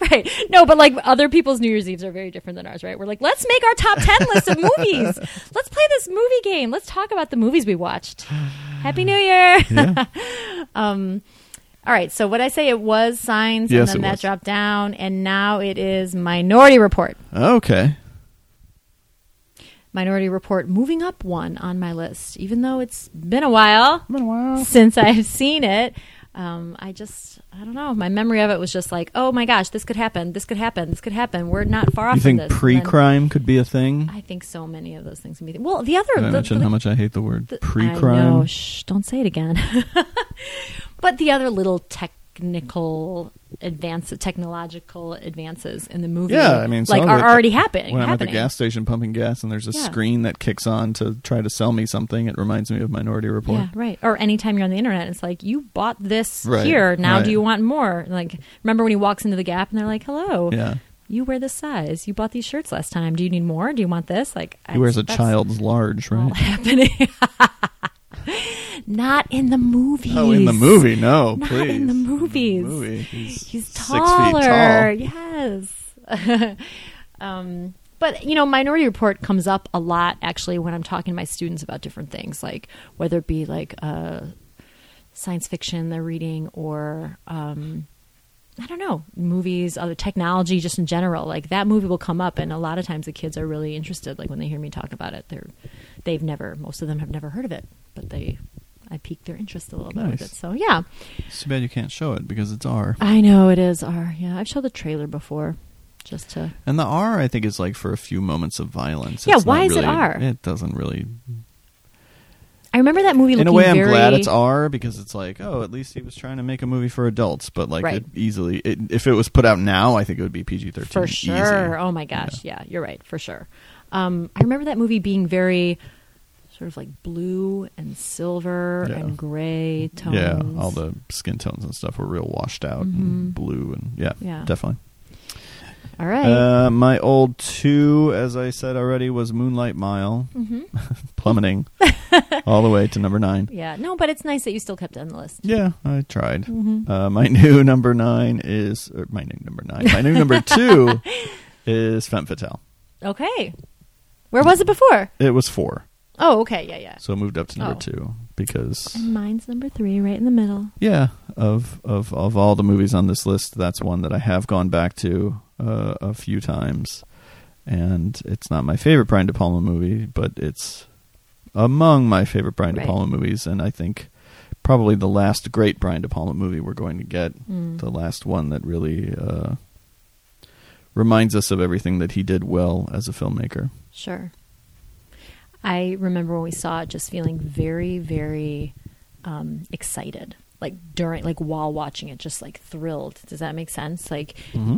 B: right, no, but like other people's New Year's Eves are very different than ours, right? We're like, let's make our top ten list of movies. Let's play this movie game. Let's talk about the movies we watched. Happy New Year!
A: yeah.
B: um, all right, so what I say it was Signs,
A: Yes,
B: and then
A: it
B: that
A: was.
B: dropped down, and now it is Minority Report.
A: Okay.
B: Minority Report moving up one on my list, even though it's been a while
A: Wow.
B: since I've seen it. Um, I just, I don't know. My memory of it was just like, oh my gosh, this could happen, this could happen, this could happen. We're not far off.
A: You
B: from
A: think
B: this. And then-
A: pre-crime could be a thing?
B: I think so many of those things can be. Th- well, the other
A: Did I
B: the-
A: mention
B: the-
A: how much I hate the word
B: the- I
A: pre-crime?
B: know. Shh, don't say it again. but the other little technical advance, technological advances in the movie,
A: Yeah, I mean, some
B: like
A: of
B: are
A: it-
B: already happening.
A: When I'm at the
B: happening.
A: gas station pumping gas, and there's a
B: Yeah.
A: screen that kicks on to try to sell me something, it reminds me of Minority Report.
B: Yeah, right. Or anytime you're on the internet, it's like you bought this
A: Right,
B: here. Now,
A: right.
B: do you want more? Like, remember when he walks into the Gap and they're like, "Hello,
A: Yeah.
B: you wear this size. You bought these shirts last time. Do you need more? Do you want this?" Like,
A: He wears a
B: that's-
A: child's large,
B: all
A: right?
B: happening. Not in the movies.
A: Oh, in the movie, no,
B: Not
A: please.
B: in the movies.
A: In the movie, he's,
B: He's
A: six feet
B: taller.
A: tall.
B: Yes. um, but you know, Minority Report comes up a lot actually when I'm talking to my students about different things, like whether it be like uh, science fiction they're reading or. Um, I don't know, movies, other technology, just in general. Like that movie will come up, and a lot of times the kids are really interested. Like when they hear me talk about it, they're they've never, most of them have never heard of it, but they, I piqued their interest a little bit with
A: Nice.
B: it. So yeah,
A: It's too bad you can't show it because it's R.
B: I know it is R. Yeah, I've showed the trailer before, just to.
A: And the R, I think, is like for a few moments of violence.
B: Yeah,
A: It's not
B: why is it
A: really-
B: R?
A: It doesn't really.
B: I remember that movie.
A: In a
B: looking
A: way, I'm
B: very-
A: glad it's R because it's like, oh, at least he was trying to make a movie for adults. But like,
B: Right.
A: it easily, it, if it was put out now, I think it would be PG-13
B: for
A: easy.
B: sure. Oh my gosh, yeah. you're right for sure. Um, I remember that movie being very sort of like blue and silver
A: Yeah.
B: and gray tones. Mm-hmm.
A: Yeah, all the skin tones and stuff were real washed out and blue and yeah,
B: Yeah.
A: definitely.
B: All right.
A: Uh, my old two, as I said already, was Moonlight Mile,
B: hmm
A: plummeting all the way to number nine.
B: Yeah, no, but it's nice that you still kept it on the list.
A: Yeah, I tried.
B: Mhm.
A: Uh, my new number nine is or my new number nine. My new number two is Femme Fatale.
B: Okay. Where was it before?
A: It was four,
B: Oh, okay. Yeah, yeah.
A: so I moved up to number
B: Oh.
A: two because
B: And mine's number three, right in the middle.
A: yeah, of of of all the movies on this list, that's one that I have gone back to uh, a few times, and it's not my favorite Brian De Palma movie, but it's among my favorite Brian De
B: Right.
A: Palma movies, and I think probably the last great Brian De Palma movie we're going to get.
B: Mm.
A: the last one that really uh, reminds us of everything that he did well as a filmmaker.
B: Sure. I remember when we saw it, just feeling very, very um, excited, like during, like while watching it, just like thrilled. Does that make sense? Like
A: Mm-hmm.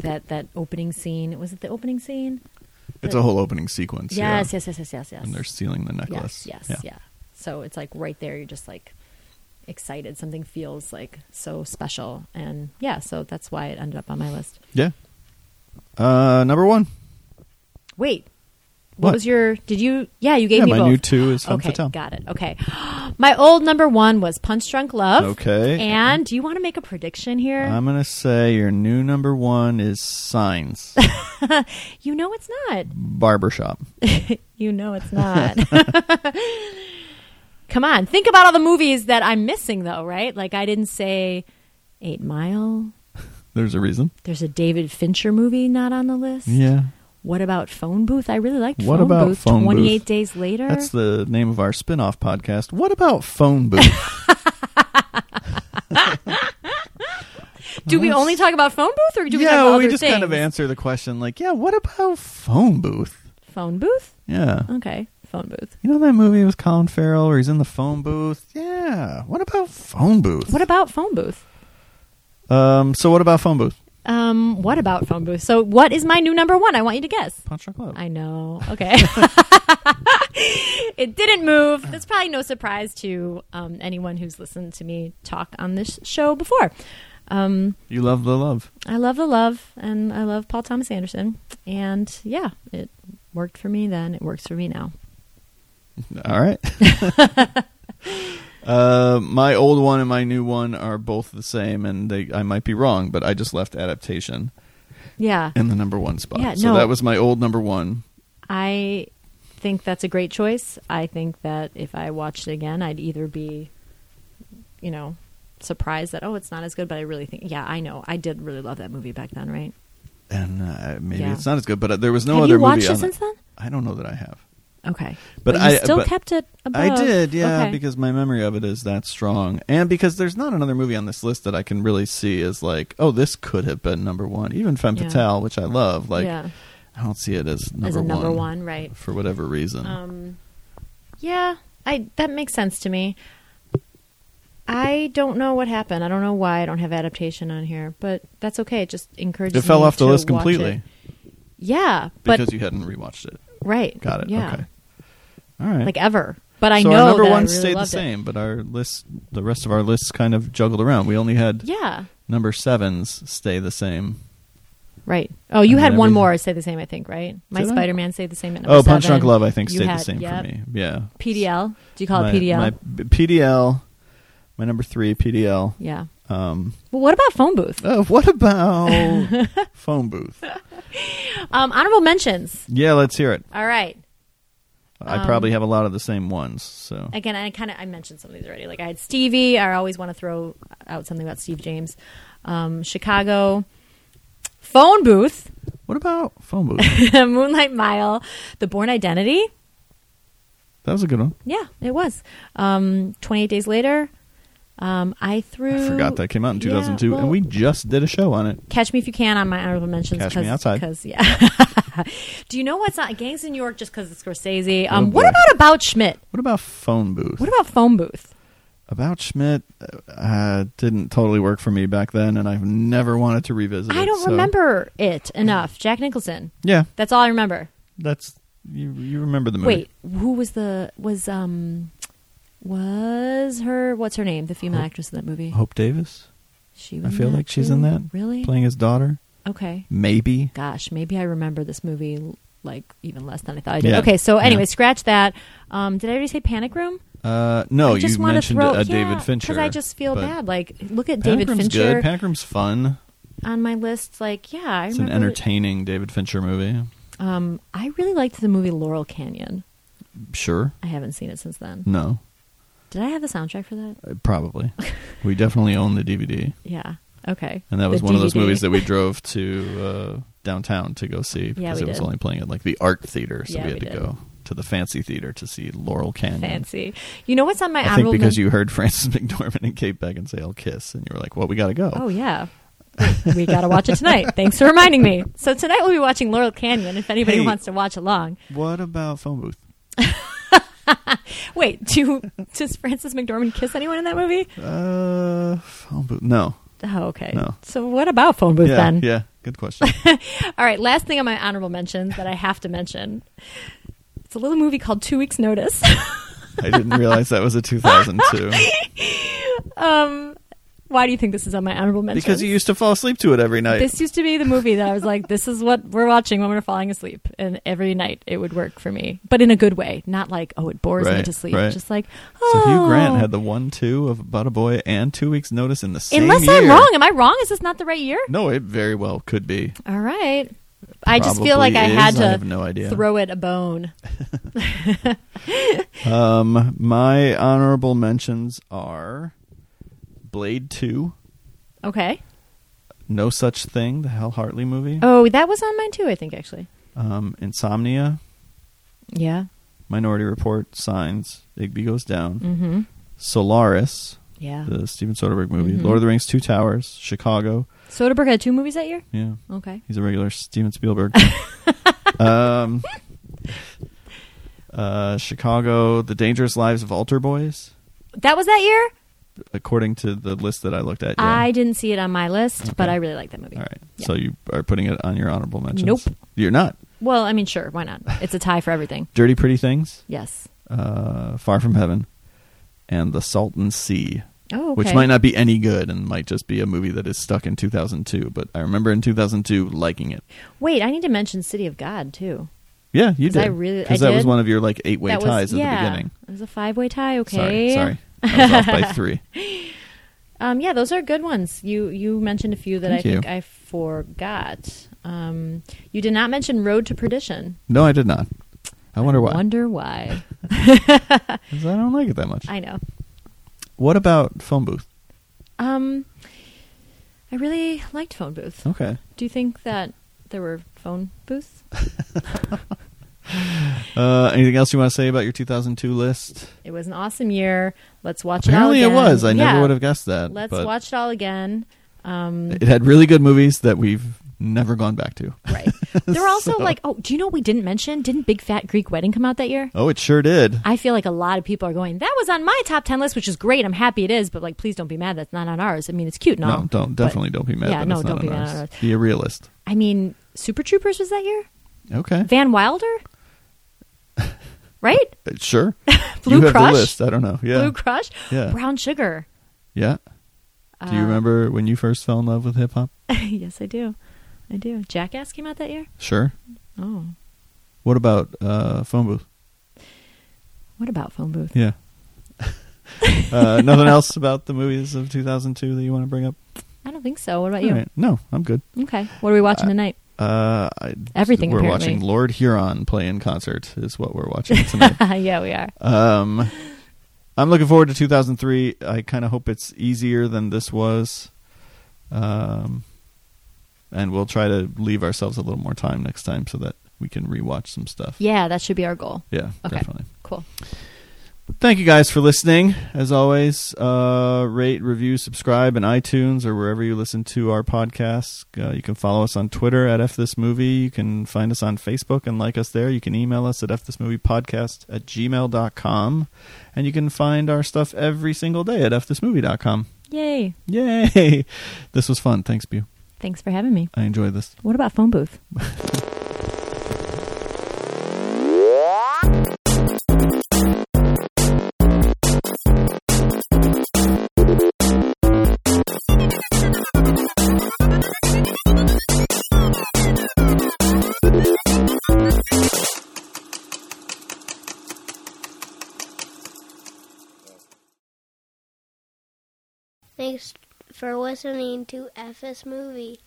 B: that that opening scene. Was it the opening scene?
A: It's a whole opening sequence. yeah.
B: Yes, yes, yes, yes, yes, yes.
A: And they're stealing the
B: yes,
A: necklace.
B: yes, yeah. So it's like right there. You're just like excited. Something feels like so special, and yeah. So that's why it ended up on my list.
A: yeah. Uh, number one.
B: Wait. What,
A: What?
B: was your? Did you? Yeah, you gave
A: yeah,
B: me
A: my
B: both.
A: new two is Femme
B: Okay,
A: Fatale.
B: got it. Okay. My old number one was Punch Drunk Love.
A: Okay. Um,
B: And do you want to make a prediction here?
A: I'm gonna say your new number one is Signs
B: you know it's not.
A: Barbershop.
B: You know it's not. Come on. Think about all the movies that I'm missing, though, right? Like, I didn't say Eight Mile.
A: There's a reason.
B: There's a David Fincher movie not on the list.
A: Yeah,
B: What about Phone Booth? I really liked
A: What
B: Phone
A: about
B: Booth.
A: Phone Booth?
B: 28 Days Later.
A: that's the name of our spin-off podcast. What about Phone Booth?
B: do we only talk about Phone Booth or do we talk
A: yeah,
B: about
A: we
B: other
A: just
B: things?
A: kind of answer the question like, yeah, what about Phone Booth?
B: Phone Booth?
A: Yeah.
B: Okay. Phone Booth.
A: You know that movie with Colin Farrell where he's in the phone booth? Yeah. What about phone booth?
B: What about Phone Booth?
A: um, so what about phone booth?
B: Um, what about phone booth? So, what is my new number one? I want you to guess.
A: Punch Drunk Love.
B: I know. Okay. it didn't move. That's probably no surprise to um, anyone who's listened to me talk on this show before. Um,
A: You love the love.
B: I love the love, and I love Paul Thomas Anderson. And yeah, it worked for me then. It works for me now.
A: All right. uh, my old one and my new one are both the same, and they, I might be wrong, but I just left adaptation
B: Yeah,
A: in the number one spot.
B: Yeah,
A: so
B: no.
A: that was my old number one.
B: I think that's a great choice. I think that if I watched it again, I'd either be, you know, surprised that oh, it's not as good, but I really think yeah, I know, I did really love that movie back then, right?
A: And uh, maybe
B: Yeah.
A: it's not as good, but uh, there was no
B: Have
A: other
B: you watched
A: movie.
B: it
A: on
B: since then?
A: I don't know that I have.
B: Okay.
A: But
B: you
A: I-
B: still
A: but
B: kept it above.
A: I did, yeah,
B: Okay.
A: because my memory of it is that strong, and because there's not another movie on this list that I can really see as like, oh, this could have been number one. Even Femme
B: Yeah.
A: Fatale, which I love, like
B: yeah,
A: I don't see it as number
B: as a
A: one
B: number one, right?
A: for whatever reason.
B: Um, yeah, I that makes sense to me. I don't know what happened. I don't know why I don't have adaptation on here, but that's okay. It just encourages.
A: it fell
B: me
A: off the
B: to
A: list
B: watch it.
A: completely
B: Yeah, but
A: because you hadn't rewatched it.
B: right.
A: Got it.
B: Yeah,
A: Okay. All right.
B: like ever. But I
A: so
B: know
A: our number
B: that I
A: one
B: really
A: stayed the
B: loved it.
A: same, but our list, the rest of our lists, kind of juggled around. We only had
B: Yeah.
A: number sevens stay the same.
B: Right. Oh, you
A: And
B: had
A: then
B: one
A: everything-
B: more stay the same, I think, right? My
A: Did I?
B: Spider Man stayed the same at number
A: Oh, Punch
B: seven.
A: Drunk Love, I think
B: You
A: stayed
B: had-
A: the same
B: yep.
A: for me. Yeah.
B: PDL. Do you call
A: my,
B: it PDL?
A: My b- PDL. My number three PDL.
B: yeah.
A: Um,
B: Well, what about phone booth?
A: oh, what about phone booth?
B: Um, honorable mentions.
A: Yeah, let's hear it.
B: All right.
A: I
B: Um,
A: probably have a lot of the same ones. So
B: Again, I kind of I mentioned some of these already. Like I had Stevie. I always want to throw out something about Steve James. Um, Chicago. Phone booth.
A: what about phone booth?
B: Moonlight Mile. The Born Identity.
A: that was a good one.
B: Yeah, it was. Um, Twenty eight days later. Um, I threw.
A: I forgot that came out in
B: Yeah,
A: 2002,
B: well-
A: and we just did a show on it.
B: Catch Me If You Can on my honorable mentions.
A: Catch
B: cause,
A: Me Outside.
B: 'cause- yeah. Do you know what's not Gangs in New York just because it's Scorsese? Um,
A: Oh,
B: what
A: boy.
B: about About Schmidt?
A: What about phone booth?
B: What about Phone Booth?
A: about Schmidt uh, didn't totally work for me back then, and I've never wanted to revisit.
B: I
A: it,
B: don't
A: so-
B: remember it enough. Jack Nicholson.
A: Yeah,
B: That's all I remember.
A: that's you. You remember the movie?
B: Wait, who was the was um was her what's her name? The female
A: Hope-
B: actress in that movie.
A: Hope Davis.
B: She.
A: I
B: was
A: feel like she's in
B: too?
A: that.
B: Really?
A: Playing his daughter.
B: Okay.
A: Maybe.
B: gosh, maybe I remember this movie like even less than I thought I did.
A: Yeah.
B: Okay, so anyway,
A: Yeah.
B: scratch that. Um, did I already say Panic Room?
A: Uh, no,
B: I just
A: you
B: wanna
A: mentioned
B: throw,
A: a David Fincher.
B: because I just feel
A: but
B: bad. Like, look at
A: Panic
B: David
A: Room's
B: Fincher
A: good. Panic Room's fun.
B: on my list. Like, yeah, I
A: It's an
B: remember.
A: entertaining David Fincher movie.
B: um, I really liked the movie Laurel Canyon.
A: Sure.
B: I haven't seen it since then.
A: No.
B: Did I have the soundtrack for that?
A: Uh, Probably. we definitely own the DVD,
B: Yeah. Okay.
A: and that was
B: The
A: one of those
B: DVD.
A: movies that we drove to uh, downtown to go see because
B: we
A: it was
B: did.
A: only playing at like the art theater, so
B: Yeah,
A: we had
B: we
A: to
B: did.
A: go to the fancy theater to see Laurel Canyon.
B: fancy. You know what's on my
A: I think
B: honorable
A: because
B: men-
A: you heard Francis McDormand and Kate Beckinsale kiss, and you were like, "Well, we got to go."
B: Oh yeah. we got to watch it tonight. Thanks for reminding me. So tonight we'll be watching Laurel Canyon if anybody
A: Hey.
B: wants to watch along.
A: What about phone booth?
B: Wait, do does Frances McDormand kiss anyone in that movie?
A: Uh, phone booth. No.
B: Oh, okay.
A: No.
B: So what about phone booth
A: yeah.
B: then?
A: Yeah. Good question.
B: All right, last thing on my honorable mentions that I have to mention. It's a little movie called Two Weeks Notice.
A: I didn't realize that was a 2002
B: um, why do you think this is on my honorable mentions?
A: because you used to fall asleep to it every night.
B: this used to be the movie that I was like, this is what we're watching when we're falling asleep. And every night it would work for me, but in a good way. Not like, oh, it bores me
A: Right,
B: to sleep.
A: right.
B: Just like,
A: so
B: oh.
A: Hugh Grant had the one two of About a Boy and Two Weeks Notice in the same
B: Unless
A: year.
B: I'm wrong. Am I wrong? Is this not the right year?
A: No, it very well could be.
B: All right. I just feel like I
A: Probably
B: had
A: is.
B: to
A: I have no idea.
B: throw it a bone.
A: Um, my honorable mentions are Blade Two,
B: Okay.
A: No Such Thing, the Hal Hartley movie,
B: Oh, that was on mine too, I think, actually.
A: um, Insomnia,
B: Yeah.
A: Minority Report, Signs, Igby Goes Down,
B: Mm-hmm.
A: Solaris,
B: Yeah.
A: the Steven Soderbergh movie,
B: Mhm.
A: Lord of the Rings, Two Towers, Chicago.
B: Soderbergh had two movies that year?
A: Yeah,
B: Okay.
A: he's a regular Steven Spielberg. um, uh, Chicago, The Dangerous Lives of Altar Boys,
B: That was that year?
A: according to the list that I looked at. Yeah.
B: I didn't see it on my list, but
A: Okay.
B: I really like that movie.
A: All right.
B: Yeah.
A: So you are putting it on your honorable mentions?
B: Nope.
A: You're not.
B: Well, I mean, sure. Why not? It's a tie for everything.
A: Dirty Pretty Things,
B: Yes.
A: uh, Far From Heaven, and The Salton Sea.
B: Oh, okay.
A: Which might not be any good and might just be a movie that is stuck in 2002, but I remember in 2002 liking it.
B: Wait, I need to mention City of God, too.
A: Yeah, you
B: 'Cause I
A: did.
B: really- I
A: that was
B: did.
A: one of your like eight way
B: that
A: ties
B: was,
A: at
B: yeah,
A: the beginning.
B: It was a five way tie,
A: Sorry,
B: okay.
A: sorry. I was off by three.
B: Um, yeah, those are good ones. You you mentioned a few that
A: Thank
B: I
A: you.
B: think I forgot. Um, you did not mention Road to Perdition.
A: No, I did not. I wonder why.
B: Wonder why?
A: 'Cause I don't like it that much.
B: I know.
A: What about Phone Booth?
B: Um, I really liked
A: Oh.
B: Phone Booth.
A: Okay.
B: Do you think that there were phone booths?
A: Uh, anything else you want to say about your 2002 list?
B: It was an awesome year. Let's watch
A: Apparently,
B: it all
A: it
B: again.
A: was. I never
B: Yeah.
A: would have guessed that.
B: Let's
A: but
B: watch it all again. Um,
A: It had really good movies that we've never gone back to.
B: right. There were also like, oh, do you know what we didn't mention? Didn't Big Fat Greek Wedding come out that year?
A: Oh, it sure did.
B: I feel like a lot of people are going, that was on my top 10 list, which is great. I'm happy it is, but like, please don't be mad. That's not on ours. I mean, it's cute and all.
A: no, don't
B: but-
A: definitely don't be mad.
B: Yeah,
A: that
B: no,
A: it's not
B: don't be
A: on
B: mad
A: ours.
B: at ours.
A: Be a realist.
B: I mean, Super Troopers was that year?
A: Okay,
B: Van Wilder? right?
A: Uh, sure.
B: Blue
A: you have
B: Crush?
A: the list. I don't know. Yeah,
B: Blue Crush?
A: Yeah.
B: Brown Sugar.
A: yeah. Do you
B: Uh,
A: remember when you first fell in love with hip hop?
B: yes, I do. I do. Jackass came out that year?
A: Sure.
B: Oh.
A: What about uh, phone booth?
B: What about Phone Booth?
A: Yeah. uh, nothing else about the movies of 2002 that you want to bring up?
B: I don't think so. What about
A: All
B: you?
A: right. No, I'm good.
B: Okay. What are we watching tonight?
A: Uh, I,
B: Everything,
A: We're
B: apparently.
A: watching Lord Huron play in concert is what we're watching tonight.
B: yeah, we are.
A: um, I'm looking forward to 2003. I kind of hope it's easier than this was. Um, and we'll try to leave ourselves a little more time next time so that we can rewatch some stuff.
B: Yeah, that should be our goal.
A: Yeah,
B: Okay.
A: definitely.
B: Cool.
A: Thank you guys for listening. As always, uh, rate, review, subscribe in iTunes or wherever you listen to our podcasts. Uh, you can follow us on Twitter at F This Movie. You can find us on Facebook and like us there. You can email us at fthismoviepodcast at gmail.com. And you can find our stuff every single day at fthismovie.com.
B: Yay.
A: Yay! This was fun. Thanks, Bew.
B: Thanks for having me.
A: I enjoyed this.
B: What about Phone Booth?
C: Thanks for listening to FS Movie.